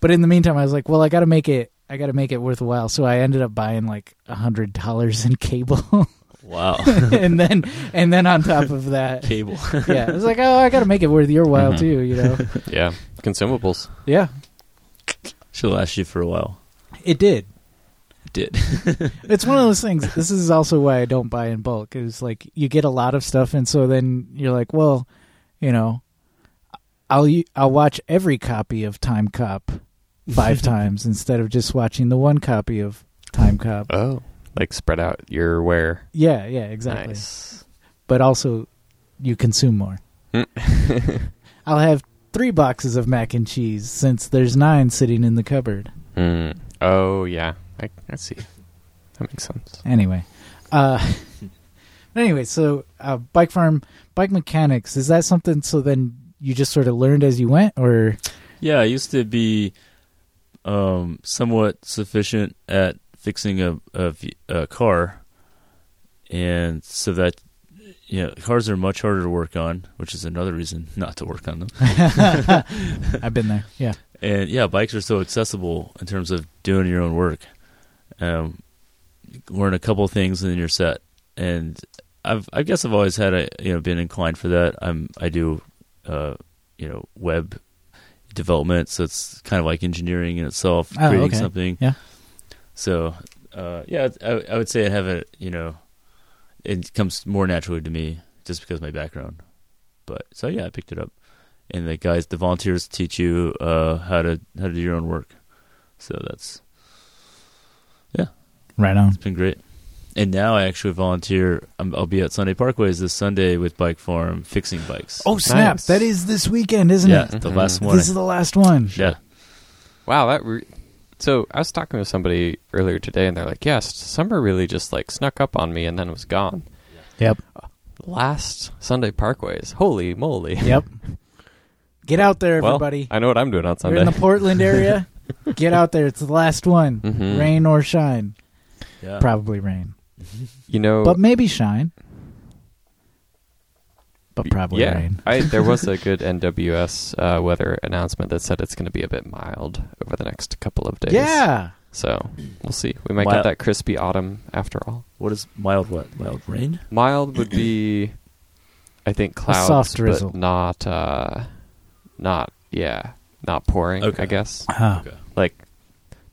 Speaker 2: but in the meantime, I was like, "Well, I got to make it I got to make it worthwhile." So I ended up buying like a $100 in cable.
Speaker 3: wow.
Speaker 2: and then and then on top of that,
Speaker 3: Cable.
Speaker 2: yeah, it's like, "Oh, I got to make it worth your while
Speaker 1: Mhm.
Speaker 2: too," you know.
Speaker 1: Yeah. Consumables.
Speaker 2: yeah,
Speaker 3: Should last you for a while.
Speaker 2: it did.
Speaker 3: It did.
Speaker 2: it's one of those things. This is also why I don't buy in bulk. Is like you get a lot of stuff, and so then you're like, well, you know, I'll u- I'll watch every copy of Time Cop five times instead of just watching the one copy of Time Cop.
Speaker 1: Oh. Like spread out your wear.
Speaker 2: Yeah, yeah, exactly.
Speaker 1: Nice.
Speaker 2: But also, you consume more.
Speaker 1: Hmm.
Speaker 2: I'll have three boxes of mac and cheese since there's nine sitting in the cupboard.
Speaker 1: Mm. Oh yeah. I, I see. That makes sense.
Speaker 2: Anyway, uh, anyway, so uh, bike farm, bike mechanics is that something? So then you just sort of learned as you went, or
Speaker 3: Yeah, I used to be um, somewhat sufficient at fixing a, a v- a car, and so that you know, cars are much harder to work on, which is another reason not to work on them.
Speaker 2: I've been there. Yeah.
Speaker 3: And yeah, bikes are so accessible in terms of doing your own work. Um, learn a couple things and then you're set. And I've I guess I've always had a you know been inclined for that. I'm I do uh, you know web development, so it's kind of like engineering in itself,
Speaker 2: Oh,
Speaker 3: creating
Speaker 2: okay.
Speaker 3: something.
Speaker 2: Yeah.
Speaker 3: So uh, yeah, I, I would say I have a you know it comes more naturally to me just because of my background. But so yeah, I picked it up and the guys, the volunteers teach you uh, how to how to do your own work. So that's
Speaker 2: Right on.
Speaker 3: it's been great. And now I actually volunteer. I'm, I'll be at Sunday Parkways this Sunday with Bike Farm fixing bikes.
Speaker 2: Oh snap!
Speaker 1: Nice.
Speaker 2: That is this weekend, isn't
Speaker 3: yeah,
Speaker 2: it? Mm-hmm.
Speaker 3: the
Speaker 1: Mhm.
Speaker 3: last one.
Speaker 2: This is the last one.
Speaker 3: yeah,
Speaker 1: Wow, that. Re- so I was talking to somebody earlier today, and they're like, "Yes, summer really just like snuck up on me and then was gone."
Speaker 2: Yep.
Speaker 1: Last Sunday Parkways, holy moly!
Speaker 2: Yep. Get out there,
Speaker 1: Well,
Speaker 2: everybody.
Speaker 1: I know what I'm doing on
Speaker 2: You're
Speaker 1: Sunday.
Speaker 2: in the Portland area. Get out there. It's the last one.
Speaker 1: Mhm.
Speaker 2: Rain or shine.
Speaker 3: yeah.
Speaker 2: Probably rain,
Speaker 1: you know,
Speaker 2: but maybe shine. But probably
Speaker 1: yeah.
Speaker 2: rain.
Speaker 1: I, there was a good NWS uh, weather announcement that said it's going to be a bit mild over the next couple of days.
Speaker 2: Yeah.
Speaker 1: So we'll see. We might
Speaker 3: Mild-
Speaker 1: get that crispy autumn after all.
Speaker 3: What is mild? What mild rain?
Speaker 1: Mild would be, I think, clouds,
Speaker 2: soft drizzle.
Speaker 1: but not, uh, not yeah, not pouring.
Speaker 3: Okay.
Speaker 1: I guess
Speaker 2: Huh.
Speaker 3: Okay.
Speaker 1: like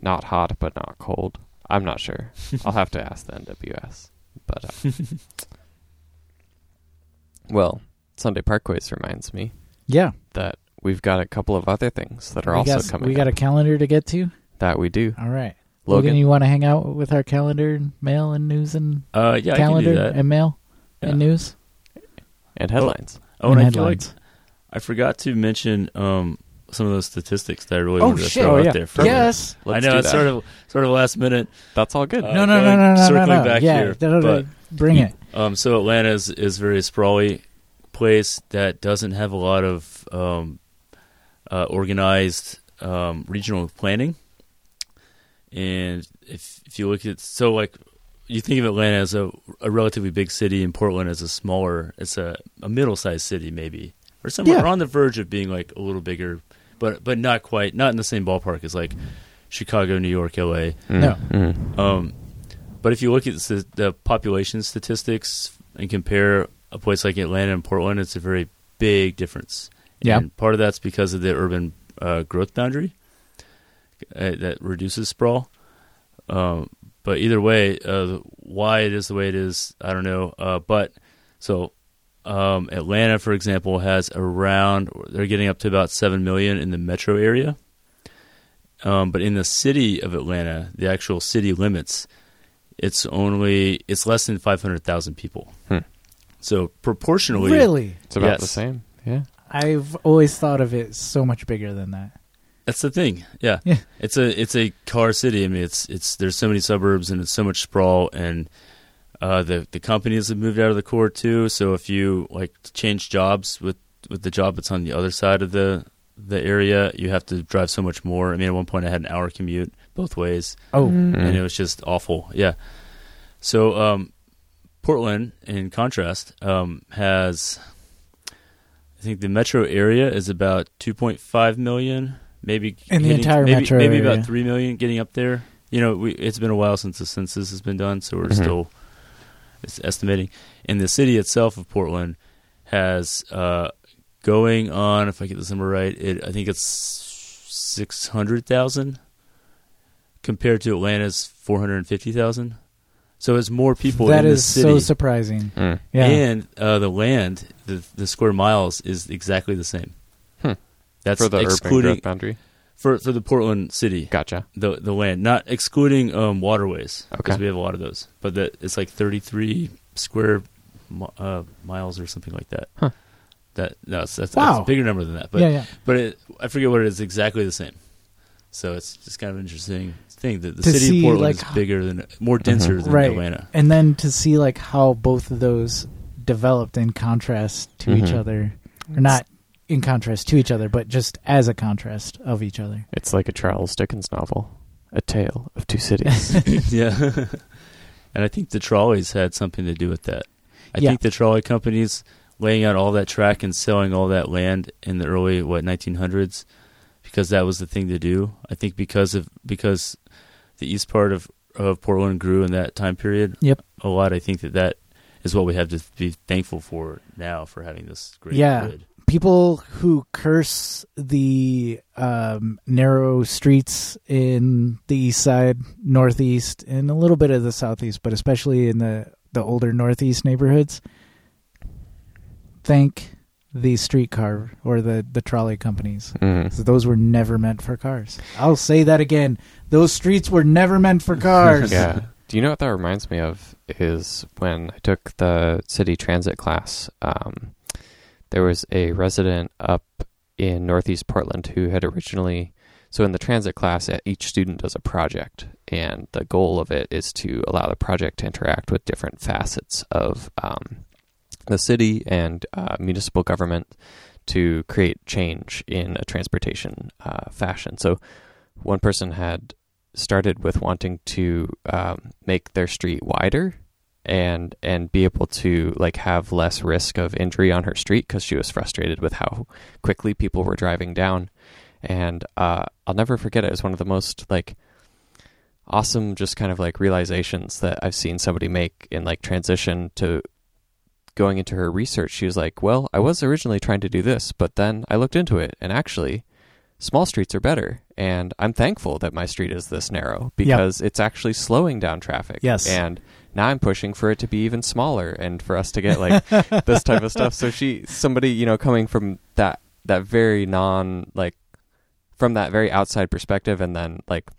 Speaker 1: not hot but not cold. I'm not sure. I'll have to ask the NWS. But uh, well, Sunday Parkways reminds me
Speaker 2: Yeah.
Speaker 1: that we've got a couple of other things that are
Speaker 2: we
Speaker 1: also
Speaker 2: got,
Speaker 1: coming.
Speaker 2: we got a
Speaker 1: up
Speaker 2: calendar to get to.
Speaker 1: that we do.
Speaker 2: All right. Logan,
Speaker 1: Logan,
Speaker 2: you want to hang out with our calendar and mail and news and
Speaker 3: Uh, yeah,
Speaker 2: calendar
Speaker 3: I can do that.
Speaker 2: and mail
Speaker 3: Yeah.
Speaker 2: and news?
Speaker 1: and headlines.
Speaker 3: Oh, and I feel like
Speaker 2: headlines.
Speaker 3: I forgot to mention um, some of those statistics that I really
Speaker 2: Oh,
Speaker 3: wanted to
Speaker 2: shit.
Speaker 3: throw
Speaker 2: Oh,
Speaker 3: out
Speaker 1: yeah.
Speaker 3: there. For
Speaker 2: yes.
Speaker 1: Let's
Speaker 3: I know
Speaker 1: do
Speaker 3: it's
Speaker 1: that.
Speaker 3: sort of sort of last minute.
Speaker 1: That's all good.
Speaker 3: Uh,
Speaker 2: no, no, no,
Speaker 3: going-
Speaker 2: no, no, no,
Speaker 3: circling
Speaker 2: no.
Speaker 3: back
Speaker 2: yeah,
Speaker 3: here,
Speaker 2: no, no, no. bring it.
Speaker 3: Um, so Atlanta is, is a very sprawly place that doesn't have a lot of um, uh, organized um, regional planning. And if if you look at so like you think of Atlanta as a, a relatively big city and Portland as a smaller, it's a, a middle sized city maybe or somewhere
Speaker 2: Yeah.
Speaker 3: on the verge of being like a little bigger, but but not quite, not in the same ballpark as like Chicago, New York, L.A.
Speaker 2: No.
Speaker 1: Mm.
Speaker 3: Um, but if you look at the, the population statistics and compare a place like Atlanta and Portland, it's a very big difference.
Speaker 2: Yeah.
Speaker 3: And part of that's because of the urban uh, growth boundary uh, that reduces sprawl. Um, but either way, uh, why it is the way it is, I don't know. Uh, but so um, Atlanta, for example, has around they're getting up to about seven million in the metro area. Um, but in the city of Atlanta, the actual city limits, it's only it's less than five hundred thousand people.
Speaker 1: Hmm.
Speaker 3: So proportionally,
Speaker 2: Really?
Speaker 1: It's about the
Speaker 3: Yes.
Speaker 1: same. Yeah.
Speaker 2: I've always thought of it so much bigger than that.
Speaker 3: That's the thing. Yeah.
Speaker 2: Yeah.
Speaker 3: It's a it's a car city. I mean, it's it's there's so many suburbs and it's so much sprawl and uh, the the companies have moved out of the core too. So if you like change jobs with with the job that's on the other side of the the area, you have to drive so much more. I mean, at one point I had an hour commute both ways
Speaker 2: Oh,
Speaker 1: Mm.
Speaker 3: and it was just awful. Yeah. So um, Portland, in contrast, um, has I think the metro area is about 2.5 million, maybe
Speaker 2: In the
Speaker 3: hitting-
Speaker 2: entire
Speaker 3: maybe,
Speaker 2: metro
Speaker 3: maybe
Speaker 2: area.
Speaker 3: about three million getting up there. You know, we, it's been a while since the census has been done, so we're
Speaker 2: Mm-hmm.
Speaker 1: Mhm.
Speaker 3: still it's estimating. And the city itself of Portland has uh, going on, if I get this number right, it I think it's six hundred thousand compared to Atlanta's 450,000. So it's more people
Speaker 2: that
Speaker 3: in the
Speaker 2: is
Speaker 3: city.
Speaker 2: so surprising.
Speaker 1: Mm.
Speaker 2: Yeah.
Speaker 3: And uh, the land, the, the square miles, is exactly the same.
Speaker 1: Hmm.
Speaker 3: That's
Speaker 1: For the urban
Speaker 3: excluding
Speaker 1: growth boundary.
Speaker 3: for, for the Portland city,
Speaker 1: Gotcha.
Speaker 3: the the land, not excluding um, waterways because
Speaker 1: Okay.
Speaker 3: we have a lot of those. But that it's like 33 square mi- uh, miles or something like that.
Speaker 1: Huh.
Speaker 3: That no, it's, that's,
Speaker 2: Wow.
Speaker 3: that's a bigger number than that. But
Speaker 2: yeah, yeah.
Speaker 3: but it, I forget what it is. Exactly the same. So it's just kind of an interesting thing that the
Speaker 2: To
Speaker 3: city
Speaker 2: see,
Speaker 3: of Portland
Speaker 2: like, Mm-hmm.
Speaker 3: is bigger than, more denser than
Speaker 2: Right.
Speaker 3: Atlanta.
Speaker 2: And then to see like how both of those developed in contrast to each
Speaker 1: Mhm.
Speaker 2: other, or not in contrast to each other, but just as a contrast of each other.
Speaker 1: It's like a Charles Dickens novel. A Tale of Two Cities.
Speaker 3: yeah. and I think the trolleys had something to do with that. I
Speaker 2: Yeah.
Speaker 3: think the trolley companies laying out all that track and selling all that land in the early what 1900s because that was the thing to do. I think because of because the east part of of Portland grew in that time period.
Speaker 2: Yep.
Speaker 3: A lot. I think that that is what we have to be thankful for now for having this great
Speaker 2: Yeah.
Speaker 3: grid.
Speaker 2: people who curse the um, narrow streets in the east side, northeast, and a little bit of the southeast, but especially in the the older northeast neighborhoods, thank the streetcar or the the trolley companies.
Speaker 1: Mm.
Speaker 2: So those were never meant for cars. I'll say that again. Those streets were never meant for cars.
Speaker 1: Yeah. Do you know what that reminds me of? Is when I took the city transit class, um, there was a resident up in Northeast Portland who had originally. So, in the transit class, e- each student does a project, and the goal of it is to allow the project to interact with different facets of um, the city and uh, municipal government to create change in a transportation uh, fashion. So, one person had started with wanting to um, make their street wider and and be able to like have less risk of injury on her street because she was frustrated with how quickly people were driving down and uh, I'll never forget it. It was one of the most like awesome just kind of like realizations that I've seen somebody make in like transition to going into her research. She was like, "Well, I was originally trying to do this, but then I looked into it and actually small streets are better and I'm thankful that my street is this narrow because it's actually slowing down traffic."
Speaker 2: Yes.
Speaker 1: And now I'm pushing for it to be even smaller and for us to get like this type of stuff. So she somebody, you know, coming from that that very non like from that very outside perspective and then like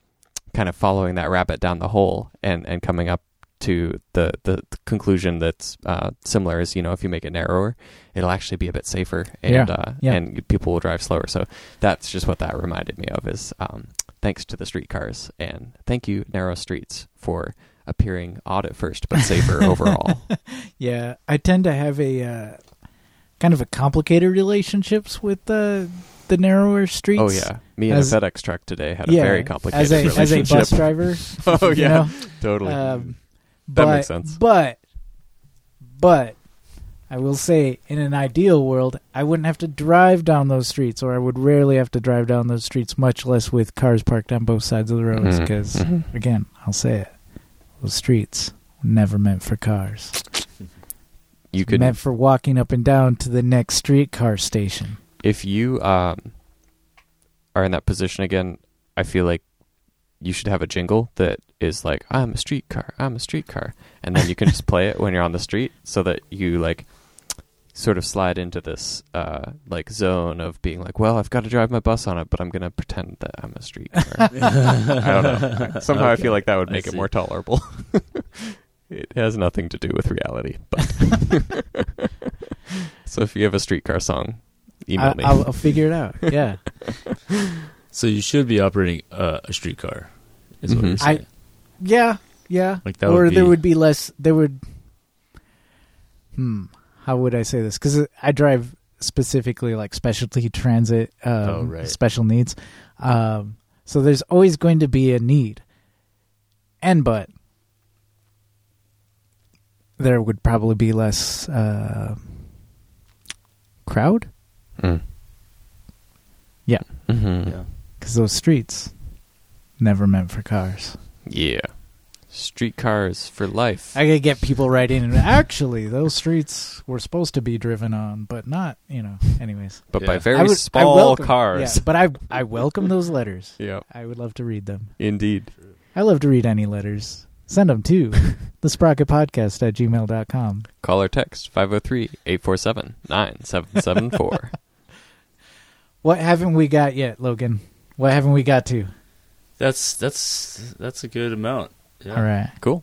Speaker 1: kind of following that rabbit down the hole and and coming up to the the, the conclusion that's uh, similar is you know if you make it narrower it'll actually be a bit safer and
Speaker 2: Yeah,
Speaker 1: uh,
Speaker 2: yeah.
Speaker 1: and people will drive slower so that's just what that reminded me of is um, thanks to the streetcars and thank you narrow streets for appearing odd at first but safer overall
Speaker 2: Yeah, I tend to have a uh, kind of a complicated relationships with the the narrower streets.
Speaker 1: oh yeah me and
Speaker 2: As-
Speaker 1: a FedEx truck today had a
Speaker 2: Yeah,
Speaker 1: very complicated
Speaker 2: as a as a
Speaker 1: relationship
Speaker 2: bus driver.
Speaker 1: oh
Speaker 2: you
Speaker 1: yeah
Speaker 2: know?
Speaker 1: totally
Speaker 2: Um,
Speaker 1: That
Speaker 2: but,
Speaker 1: makes sense.
Speaker 2: But but I will say, in an ideal world, I wouldn't have to drive down those streets, or I would rarely have to drive down those streets, much less with cars parked on both sides of the roads.
Speaker 1: Mhm.
Speaker 2: Because
Speaker 1: Mhm.
Speaker 2: again, I'll say it: those streets were never meant for cars.
Speaker 1: you could
Speaker 2: meant for walking up and down to the next streetcar station.
Speaker 1: if you um, are in that position again, I feel like you should have a jingle that is like "I'm a streetcar, I'm a streetcar," and then you can just play it when you're on the street, so that you like sort of slide into this uh, like zone of being like, "Well, I've got to drive my bus on it, but I'm gonna pretend that I'm a streetcar." I don't know. Somehow I feel like that would
Speaker 3: I
Speaker 1: make it
Speaker 3: see.
Speaker 1: more tolerable. it has nothing to do with reality, but so if you have a streetcar song, email
Speaker 2: I,
Speaker 1: me.
Speaker 2: I'll, I'll figure it out. Yeah.
Speaker 3: So you should be operating uh, a streetcar. Is what
Speaker 1: Mhm.
Speaker 3: you're
Speaker 2: I-
Speaker 3: saying.
Speaker 2: Yeah, yeah.
Speaker 3: Like, that
Speaker 2: or
Speaker 3: would
Speaker 2: there
Speaker 3: be-
Speaker 2: would be less. There would. Hmm. How would I say this? Because I drive specifically like specialty transit, um,
Speaker 3: Oh, right.
Speaker 2: special needs. Um, so there's always going to be a need, and but there would probably be less uh, crowd
Speaker 1: Mm.
Speaker 2: Yeah.
Speaker 1: Mm-hmm.
Speaker 3: yeah.
Speaker 2: because those streets never meant for cars.
Speaker 1: Yeah. Streetcars for life.
Speaker 2: I could get people right in. And actually, those streets were supposed to be driven on, but not. You know. Anyways,
Speaker 1: but by
Speaker 3: Yeah.
Speaker 1: very
Speaker 2: I would- I
Speaker 1: small
Speaker 2: welcome-
Speaker 1: cars.
Speaker 2: yeah, but I I welcome those letters.
Speaker 1: Yeah.
Speaker 2: I would love to read them.
Speaker 1: Indeed.
Speaker 2: I love to read any letters. Send them to the Sprocket Podcast at gmail.com.
Speaker 1: Call or text 503-847-9774.
Speaker 2: What haven't we got yet, Logan? What haven't we got to?
Speaker 3: That's that's that's a good amount. Yeah,
Speaker 2: All right.
Speaker 1: cool.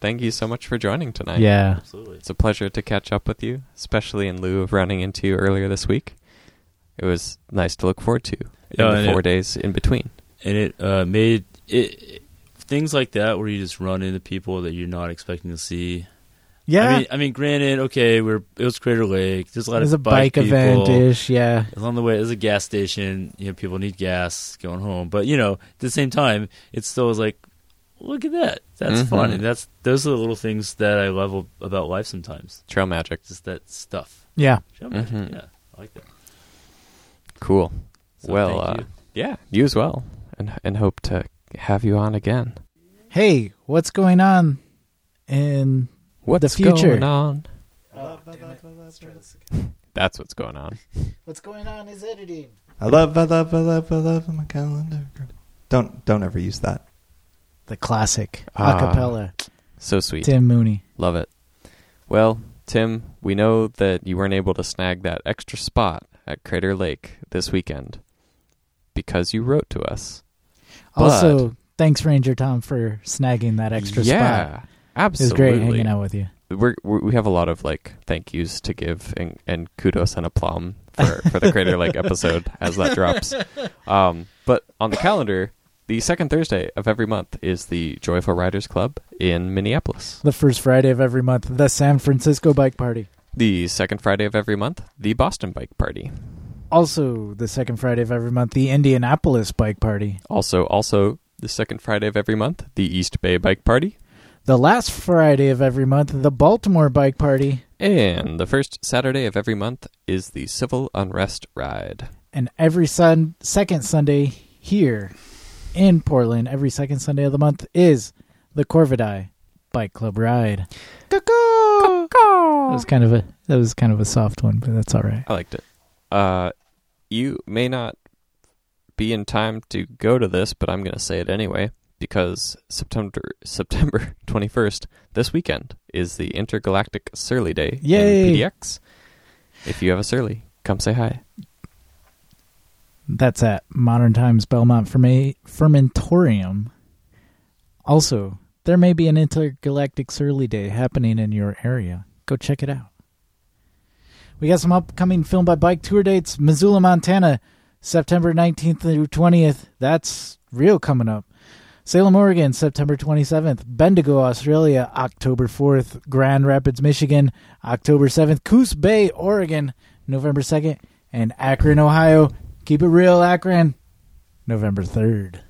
Speaker 1: Thank you so much for joining tonight.
Speaker 2: Yeah.
Speaker 3: absolutely.
Speaker 1: It's a pleasure to catch up with you, especially in lieu of running into you earlier this week. It was nice to look forward to in
Speaker 3: Yeah,
Speaker 1: the
Speaker 3: and
Speaker 1: four
Speaker 3: it-
Speaker 1: days in between.
Speaker 3: And it uh, made it, it- things like that where you just run into people that you're not expecting to see.
Speaker 2: Yeah.
Speaker 3: I mean, I mean, granted, okay, we're it was Crater Lake. There's a lot
Speaker 2: it was a
Speaker 3: of
Speaker 2: bike,
Speaker 3: people.
Speaker 2: event ish. Yeah.
Speaker 3: It's on the way. There's a gas station. You know, people need gas going home. But you know, at the same time, it still is like, look at that. That's
Speaker 1: Mhm.
Speaker 3: fun. And that's those are the little things that I love ab- about life. Sometimes
Speaker 1: Trail magic.
Speaker 3: just that stuff.
Speaker 2: Yeah.
Speaker 3: Show magic.
Speaker 1: Mhm.
Speaker 3: Yeah, I like that.
Speaker 1: Cool.
Speaker 3: So
Speaker 1: well,
Speaker 3: thank
Speaker 1: uh,
Speaker 3: you.
Speaker 1: yeah, you as well, and and hope to have you on again.
Speaker 2: Hey, what's going on? And
Speaker 1: What's
Speaker 2: future.
Speaker 1: going on?
Speaker 2: Uh, Oh,
Speaker 1: That's what's going on.
Speaker 2: what's going on is editing.
Speaker 4: I love, I love, I love, I love my calendar. Don't don't ever use that.
Speaker 2: The classic
Speaker 1: Ah.
Speaker 2: acapella.
Speaker 1: So sweet.
Speaker 2: Tim Mooney.
Speaker 1: Love it. Well, Tim, we know that you weren't able to snag that extra spot at Crater Lake this weekend because you wrote to us.
Speaker 2: Also, thanks Ranger Tom for snagging that extra spot.
Speaker 1: yeah,
Speaker 2: It was
Speaker 1: absolutely.
Speaker 2: great hanging out with you.
Speaker 1: We're, we we have a lot of like thank yous to give and, and kudos and aplomb for, for the Crater Lake episode as that drops. Um, but on the calendar, the second Thursday of every month is the Joyful Riders Club in Minneapolis.
Speaker 2: The first Friday of every month, the San Francisco Bike Party.
Speaker 1: The second Friday of every month, the Boston Bike Party.
Speaker 2: Also, the second Friday of every month, the Indianapolis Bike Party.
Speaker 1: Also, also the second Friday of every month, the East Bay Bike Party,
Speaker 2: The last Friday of every month, the Baltimore Bike Party.
Speaker 1: and the first Saturday of every month is the Civil Unrest Ride.
Speaker 2: And every sun, second Sunday here in Portland, every second Sunday of the month is the Corvidai Bike Club Ride. That was kind of a that was kind of a soft one, but that's all right.
Speaker 1: I liked it. Uh, you may not be in time to go to this, but I'm going to say it anyway because September September 21st this weekend is the Intergalactic Surly Day
Speaker 2: Yay.
Speaker 1: in PDX. If you have a Surly, come say hi.
Speaker 2: That's at Modern Times Belmont Ferma- Fermentorium. Also, there may be an intergalactic Surly Day happening in your area. Go check it out. We got some upcoming Film by Bike tour dates. Missoula, Montana, September 19th through 20th. That's real coming up. Salem, Oregon, September 27th. Bendigo, Australia, October 4th. Grand Rapids, Michigan, October 7th. Coos Bay, Oregon, November 2nd. And Akron, Ohio, Keep it real, Akron. November 3rd.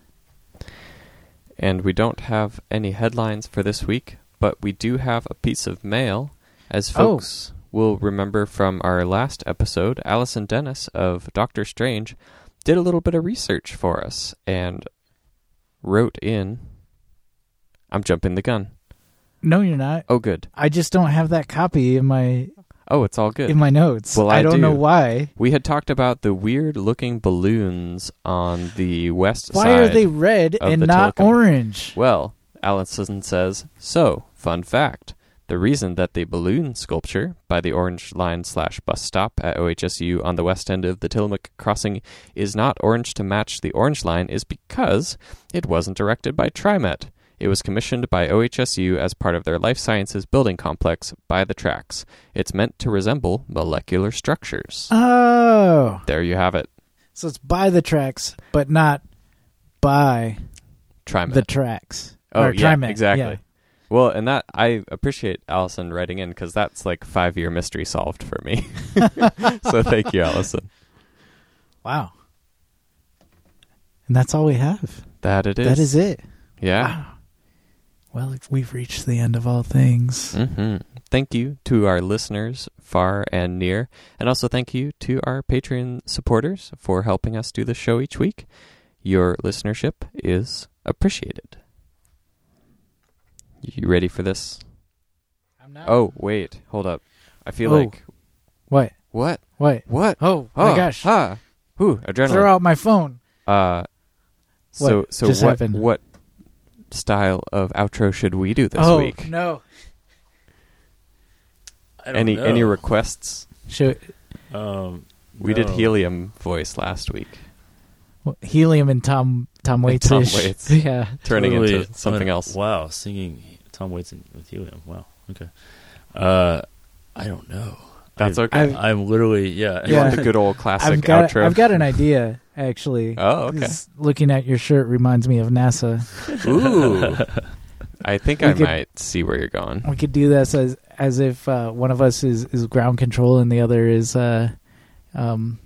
Speaker 1: And we don't have any headlines for this week, but we do have a piece of mail. As
Speaker 2: Oh.
Speaker 1: folks will remember from our last episode, Allison Dennis of Doctor Strange did a little bit of research for us and wrote in. I'm jumping the gun.
Speaker 2: No, you're not.
Speaker 1: Oh, good.
Speaker 2: I just don't have that copy in my
Speaker 1: Oh, it's all good.
Speaker 2: in my notes.
Speaker 1: Well,
Speaker 2: I,
Speaker 1: I
Speaker 2: don't
Speaker 1: do.
Speaker 2: know why.
Speaker 1: we had talked about the weird looking balloons on the west
Speaker 2: Why
Speaker 1: side.
Speaker 2: are they red
Speaker 1: of
Speaker 2: and
Speaker 1: the
Speaker 2: not
Speaker 1: telecom-
Speaker 2: orange?
Speaker 1: Well, Allison says, so, fun fact. The reason that the balloon sculpture by the Orange Line slash bus stop at OHSU on the west end of the Tillamook crossing is not orange to match the Orange Line is because it wasn't directed by TriMet. It was commissioned by OHSU as part of their life sciences building complex by the tracks. It's meant to resemble molecular structures.
Speaker 2: Oh.
Speaker 1: There you have it.
Speaker 2: So it's by the tracks, but not by
Speaker 1: TriMet.
Speaker 2: the tracks.
Speaker 1: Oh,
Speaker 2: Or
Speaker 1: yeah,
Speaker 2: TriMet,
Speaker 1: exactly.
Speaker 2: yeah.
Speaker 1: Well, and that I appreciate Allison writing in because that's like five year mystery solved for me. so thank you, Allison.
Speaker 2: Wow. And that's all we have.
Speaker 1: That it is.
Speaker 2: That is it.
Speaker 1: Yeah.
Speaker 2: Wow. Well, if we've reached the end of all things.
Speaker 1: hmm Thank you to our listeners far and near, and also thank you to our Patreon supporters for helping us do the show each week. Your listenership is appreciated. You ready for this?
Speaker 2: I'm not.
Speaker 1: Oh, wait, hold up. I feel
Speaker 2: Oh.
Speaker 1: like
Speaker 2: What?
Speaker 1: what?
Speaker 2: What?
Speaker 1: What?
Speaker 2: Oh,
Speaker 1: Oh
Speaker 2: my gosh.
Speaker 1: Ah, whew, adrenaline.
Speaker 2: Throw out my phone.
Speaker 1: Uh, so
Speaker 2: What
Speaker 1: so
Speaker 2: just
Speaker 1: what
Speaker 2: happened?
Speaker 1: what style of outro should we do this
Speaker 2: oh,
Speaker 1: week?
Speaker 2: No.
Speaker 3: I don't
Speaker 1: Any
Speaker 3: know.
Speaker 1: any requests?
Speaker 2: Should,
Speaker 3: um,
Speaker 1: We did
Speaker 3: no.
Speaker 1: helium voice last week,
Speaker 2: well, helium and Tom Tom Waits.
Speaker 1: Tom Waits.
Speaker 2: yeah.
Speaker 1: turning
Speaker 3: Totally
Speaker 1: into something
Speaker 3: un-
Speaker 1: else.
Speaker 3: Wow, singing Tom Waits and with helium. Wow. Okay. Uh, I don't know.
Speaker 1: That's
Speaker 3: I,
Speaker 1: okay.
Speaker 2: I've-
Speaker 3: I'm literally yeah.
Speaker 1: you want
Speaker 2: Yeah.
Speaker 1: the good old classic
Speaker 2: I've got
Speaker 1: outro?
Speaker 2: I've got an idea actually.
Speaker 1: oh, okay.
Speaker 2: 'Cause Looking at your shirt reminds me of NASA.
Speaker 1: Ooh,
Speaker 5: I think
Speaker 6: We
Speaker 5: I
Speaker 6: could-
Speaker 5: might see where you're going.
Speaker 6: We could do this as as if uh, one of us is, is ground control and the other is uh, um,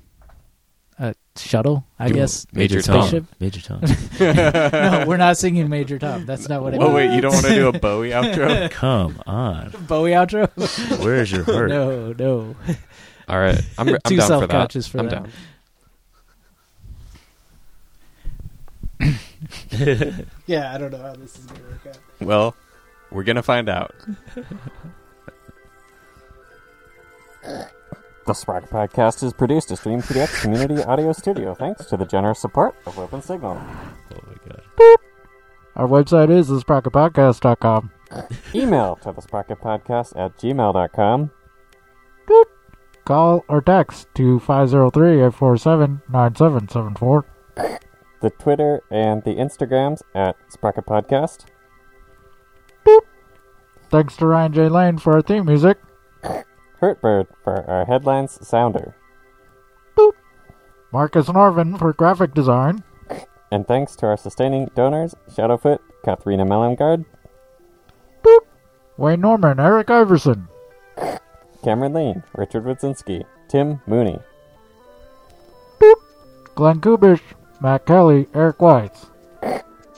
Speaker 6: a shuttle. I
Speaker 5: Do
Speaker 6: guess
Speaker 5: Major
Speaker 6: Major
Speaker 5: Tom.
Speaker 6: spaceship.
Speaker 3: Major Tom.
Speaker 6: no, we're not singing Major Tom. That's not what I
Speaker 5: Oh
Speaker 6: mean.
Speaker 5: wait, you don't want to do a Bowie outro?
Speaker 3: Come on.
Speaker 6: Bowie outro.
Speaker 3: Where's your heart?
Speaker 6: Oh, No, no.
Speaker 5: All right, I'm, I'm
Speaker 6: Too
Speaker 5: down for that.
Speaker 6: self-conscious for
Speaker 5: I'm
Speaker 6: that.
Speaker 5: down.
Speaker 6: Yeah, I don't know how this is gonna work out.
Speaker 5: Well, we're gonna find out. The Spark Podcast is produced at Stream PDX Community Audio Studio thanks to the generous support of Open Signal.
Speaker 3: Oh my god.
Speaker 6: Our website is thesprocketpodcast.com.
Speaker 5: Email to the Sprocket Podcast at gmail.com.
Speaker 6: Call or text to 503-847-9774.
Speaker 5: The Twitter and the Instagrams at Sprocket Podcast.
Speaker 6: Thanks to Ryan J. Lane for our theme music.
Speaker 5: Hurtbird for our headlines sounder.
Speaker 6: Marcus Norvin for graphic design.
Speaker 5: And thanks to our sustaining donors, Shadowfoot, Katharina Mellengard,
Speaker 6: Wayne Norman, Eric Iverson.
Speaker 5: Cameron Lane, Richard Wodzinski, Tim Mooney,
Speaker 6: Glenn Kubish, Matt Kelly, Eric Weitz.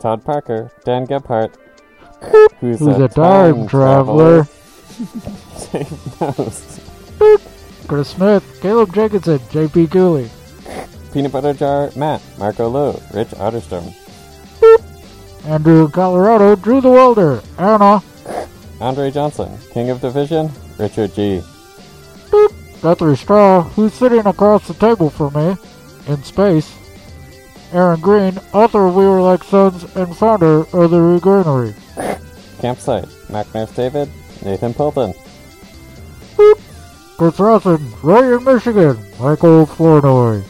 Speaker 5: Todd Parker, Dan Gebhardt, who's,
Speaker 6: Who's a time traveler?
Speaker 5: Most.
Speaker 6: Chris Smith, Caleb Jacobson, JP Cooley.
Speaker 5: Peanut Butter Jar, Matt, Marco Lowe, Rich Otterstrom,
Speaker 6: Andrew Colorado, Drew the Welder. Anna,
Speaker 5: Andre Johnson, King of Division, Richard G,
Speaker 6: Guthrie Straw, who's sitting across the table from me in space. Aaron Green, author of We Were Like Sons and founder of the Regrenery.
Speaker 5: Campsite, Mac Nurse David, Nathan Pulpin,
Speaker 6: Chris Rossen, Ryan, Michigan, Michael Flournoy.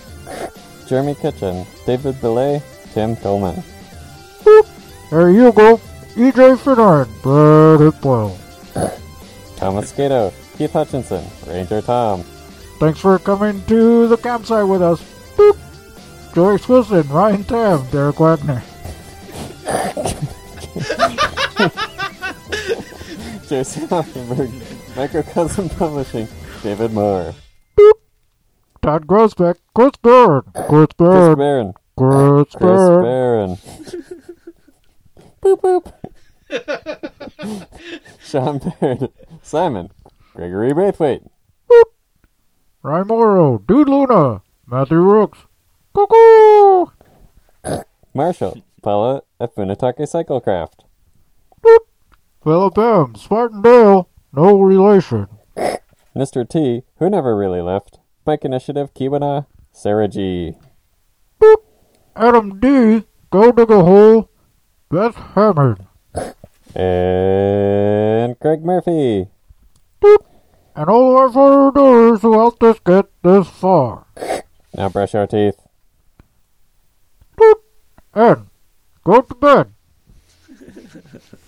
Speaker 5: Jeremy Kitchen, David Belay, Tim Coleman,
Speaker 6: Harry Hugo, EJ E Finneran, Brad Hipwell.
Speaker 5: Thomas Skato, Keith Hutchinson, Ranger Tom,
Speaker 6: Thanks for coming to the campsite with us. Boop. Joyce Wilson, Ryan Tam, Derek Wagner.
Speaker 5: Jason Hockenberg, Microcosm Publishing, David Moore,
Speaker 6: Todd Grosbeck, Chris Bird, Chris
Speaker 5: Chris
Speaker 6: Bird,
Speaker 5: Barron,
Speaker 6: Chris
Speaker 5: Chris
Speaker 6: Bird,
Speaker 5: Barron. boop boop. Sean Baird. Simon. Gregory Braithwaite.
Speaker 6: Ryan Morrow, Dude Luna, Matthew Rooks, Cuckoo,
Speaker 5: Marshall. Paula at Funatake Cyclecraft.
Speaker 6: Philip M, Spartan Dale, no relation.
Speaker 5: Mr. T, who never really left. Bike Initiative Kiwana. Sarah G.
Speaker 6: Adam D, Go Dig a Hole, Beth Hammond,
Speaker 5: And Greg Murphy.
Speaker 6: and all our four donors who helped us get this far.
Speaker 5: Now brush our teeth.
Speaker 6: Boop. And go to bed.
Speaker 3: Oh,